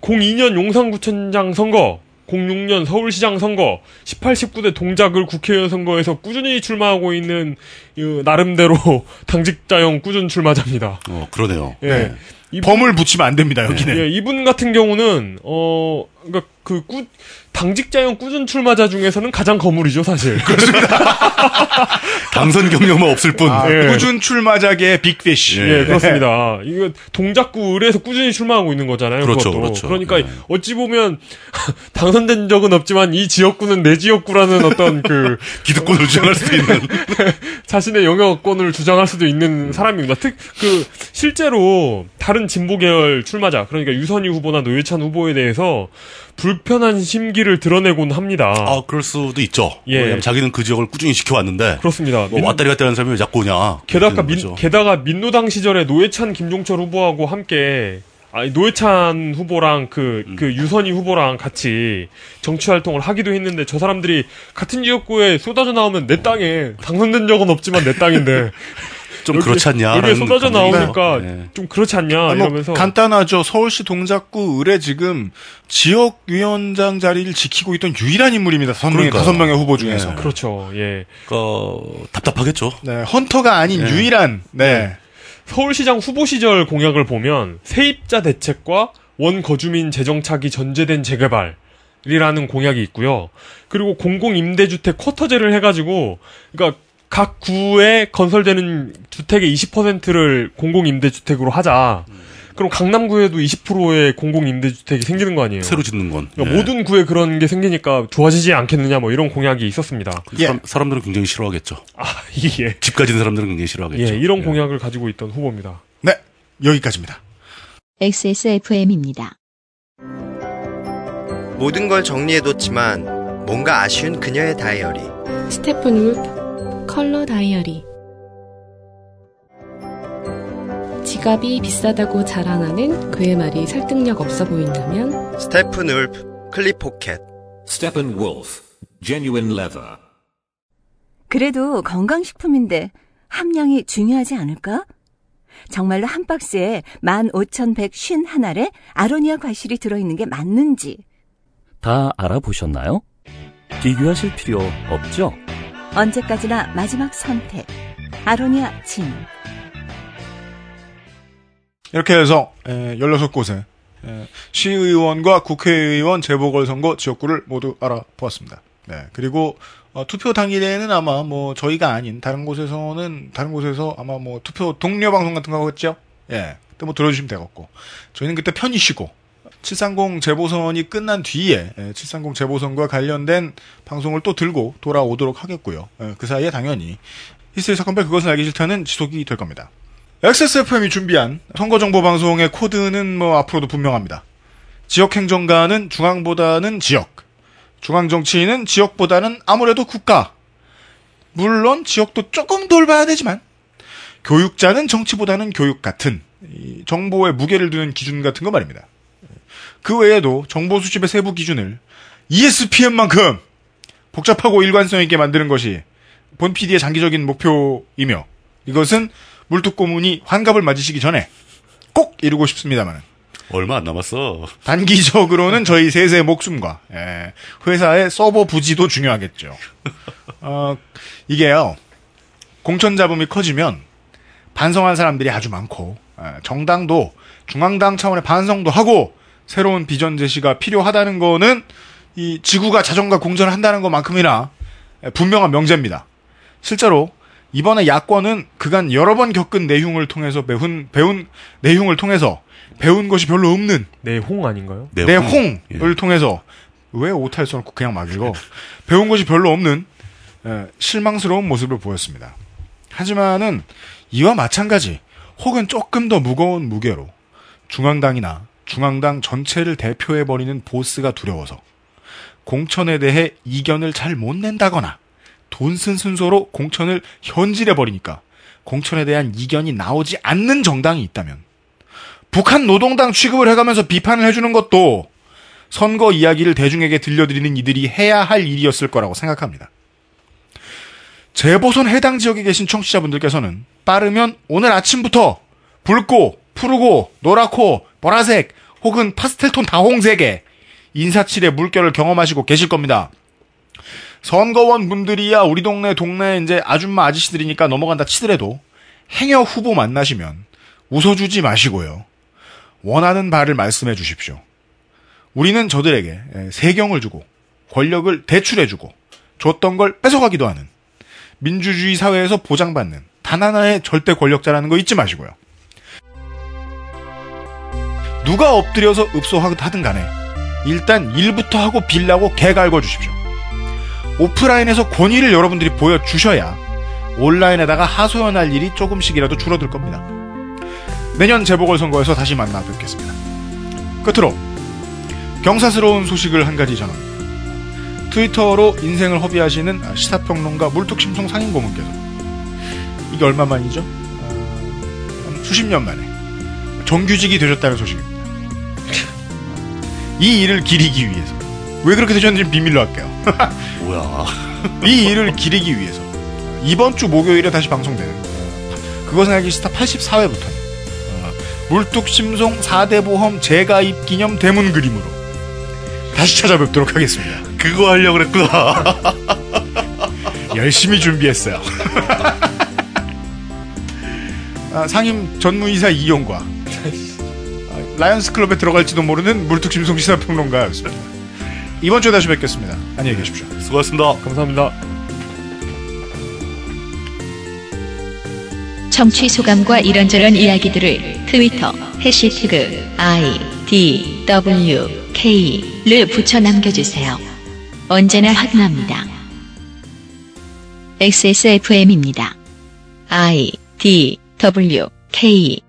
02년 용산구청장 선거, 06년 서울시장 선거, 18, 19대 동작을 국회의원 선거에서 꾸준히 출마하고 있는 이 나름대로 당직자형 꾸준 출마자입니다. 어, 그러네요. 예. 네. 이분- 범을 붙이면 안 됩니다 여기는. 예, 이분 같은 경우는 어 그러니까 그 꾸, 당직자형 꾸준 출마자 중에서는 가장 거물이죠 사실. 그렇죠. 당선 경력만 없을 뿐. 아, 예. 꾸준 출마작의 빅피쉬. 예, 그렇습니다. 이거 동작구 의뢰에서 꾸준히 출마하고 있는 거잖아요. 그렇죠, 그것도. 그렇죠. 그러니까 예. 어찌 보면 당선된 적은 없지만 이 지역구는 내 지역구라는 어떤 그 기득권을 주장할 수도 있는. 자신의 영역권을 주장할 수도 음. 있는 사람입니다. 특 그 실제로 다른 진보 계열 출마자 그러니까 유선희 후보나 노회찬 후보에 대해서 불편한 심기를 드러내곤 합니다. 아, 그럴 수도 있죠. 예. 왜냐면 자기는 그 지역을 꾸준히 지켜왔는데. 그렇습니다. 뭐 민- 왔다리 갔다리 하는 사람이 왜 자꾸 오냐. 게다가 그러는 민, 거죠. 게다가 민노당 시절에 노회찬 김종철 후보하고 함께 아니 노회찬 후보랑 그 그 음. 유선희 후보랑 같이 정치 활동을 하기도 했는데 저 사람들이 같은 지역구에 쏟아져 나오면 내 땅에 당선된 적은 없지만 내 땅인데 좀 여기- 그렇지 않냐. 여기에 쏟아져 나오니까 네. 좀 그렇지 않냐 아, 뭐 이러면서 간단하죠. 서울시 동작구 의뢰 지금 지역위원장 자리를 지키고 있던 유일한 인물입니다. 선명 그러니까요. 다섯 명의 후보 네. 중에서. 그렇죠 예 그러니까 답답하겠죠. 네, 헌터가 아닌 예. 유일한. 네. 서울시장 후보 시절 공약을 보면 세입자 대책과 원거주민 재정착이 전제된 재개발이라는 공약이 있고요. 그리고 공공임대주택 쿼터제를 해가지고, 그러니까 각 구에 건설되는 주택의 20%를 공공임대주택으로 하자. 그럼 강남구에도 20%의 공공 임대주택이 생기는 거 아니에요? 새로 짓는 건. 그러니까 예. 모든 구에 그런 게 생기니까 좋아지지 않겠느냐 뭐 이런 공약이 있었습니다. 그 사람, 사람들은 굉장히 싫어하겠죠. 아, 예. 집 가진 사람들은 굉장히 싫어하겠죠. 예, 이런 예. 공약을 가지고 있던 후보입니다. 네, 여기까지입니다. XSFM입니다. 모든 걸 정리해뒀지만 뭔가 아쉬운 그녀의 다이어리. 스테픈 울프 컬러 다이어리 지갑이 비싸다고 자랑하는 그의 말이 설득력 없어 보인다면 스테픈 울프 클립 포켓. Steppenwolf, genuine leather. 그래도 건강식품인데 함량이 중요하지 않을까? 정말로 한 박스에 15,151알의 아로니아 과실이 들어있는 게 맞는지 다 알아보셨나요? 비교하실 필요 없죠? 언제까지나 마지막 선택 아로니아 진 이렇게 해서 에, 16곳의 에, 시의원과 국회의원 재보궐선거 지역구를 모두 알아보았습니다. 네, 그리고 어, 투표 당일에는 아마 뭐 저희가 아닌 다른 곳에서는 다른 곳에서 아마 뭐 투표 동료 방송 같은 거 하겠죠? 예, 그때 뭐 들어주시면 되겠고 저희는 그때 편히 쉬고 730 재보선이 끝난 뒤에 예, 730 재보선과 관련된 방송을 또 들고 돌아오도록 하겠고요. 예, 그 사이에 당연히 히스테리 사건별 그것은 알기 싫다는 지속이 될 겁니다. XSFM이 준비한 선거정보 방송의 코드는 뭐 앞으로도 분명합니다. 지역행정가는 중앙보다는 지역, 중앙정치인은 지역보다는 아무래도 국가. 물론 지역도 조금 돌봐야 되지만 교육자는 정치보다는 교육 같은 이 정보의 무게를 두는 기준 같은 거 말입니다. 그 외에도 정보 수집의 세부 기준을 E ESPN만큼 복잡하고 일관성 있게 만드는 것이 본 PD의 장기적인 목표이며 이것은 물뚝고문이 환갑을 맞으시기 전에 꼭 이루고 싶습니다만 얼마 안 남았어. 단기적으로는 저희 셋의 목숨과 예, 회사의 서버 부지도 중요하겠죠. 어, 이게요 공천 잡음이 커지면 반성한 사람들이 아주 많고 예, 정당도 중앙당 차원의 반성도 하고 새로운 비전 제시가 필요하다는 거는 이 지구가 자존과 공전을 한다는 것만큼이나 예, 분명한 명제입니다. 실제로 이번에 야권은 그간 여러 번 겪은 내흉을 통해서 배운 배운 내흉을 통해서 배운 것이 별로 없는 내홍 아닌가요? 내 홍. 홍을 예. 통해서 왜 오타를 써놓고 그냥 막 읽어 배운 것이 별로 없는 에, 실망스러운 모습을 보였습니다. 하지만은 이와 마찬가지 혹은 조금 더 무거운 무게로 중앙당이나 중앙당 전체를 대표해버리는 보스가 두려워서 공천에 대해 이견을 잘 못 낸다거나 돈 쓴 순서로 공천을 현질해버리니까 공천에 대한 이견이 나오지 않는 정당이 있다면 북한 노동당 취급을 해가면서 비판을 해주는 것도 선거 이야기를 대중에게 들려드리는 이들이 해야 할 일이었을 거라고 생각합니다. 재보선 해당 지역에 계신 청취자분들께서는 빠르면 오늘 아침부터 붉고 푸르고 노랗고 보라색 혹은 파스텔톤 다홍색의 인사칠의 물결을 경험하시고 계실 겁니다. 선거원 분들이야 우리 동네 동네 이제 아줌마 아저씨들이니까 넘어간다 치더라도 행여 후보 만나시면 웃어주지 마시고요. 원하는 바를 말씀해 주십시오. 우리는 저들에게 에, 세경을 주고 권력을 대출해주고 줬던 걸 뺏어가기도 하는 민주주의 사회에서 보장받는 단 하나의 절대 권력자라는 거 잊지 마시고요. 누가 엎드려서 읍소하든 간에 일단 일부터 하고 빌라고 개갈궈 주십시오. 오프라인에서 권위를 여러분들이 보여주셔야 온라인에다가 하소연할 일이 조금씩이라도 줄어들 겁니다. 내년 재보궐선거에서 다시 만나 뵙겠습니다. 끝으로 경사스러운 소식을 한 가지 전합니다. 트위터로 인생을 허비하시는 아, 시사평론가 물뚝심송 상임고문께서 이게 얼마만이죠? 아, 한 수십 년 만에 정규직이 되셨다는 소식입니다. 이 일을 기리기 위해서 왜 그렇게 되셨는지 비밀로 할게요. 뭐야. 이 일을 기리기 위해서 이번 주 목요일에 다시 방송되는 어, 그것은 알기 싫다 84회부터 어, 물뚝심송 4대 보험 재가입 기념 대문 그림으로 다시 찾아뵙도록 하겠습니다. 그거 하려고 그랬구나. 열심히 준비했어요. 아, 상임 전무이사 이용과 아, 라이언스 클럽에 들어갈지도 모르는 물뚝심송 시사평론가였습니다. 이번 주에 다시 뵙겠습니다. 안녕히 계십시오. 수고하셨습니다. 감사합니다. 청취 소감과 이런저런 이야기들을 트위터 해시태그 IDWK를 붙여 남겨주세요. 언제나 확인합니다. XSFM입니다. IDWK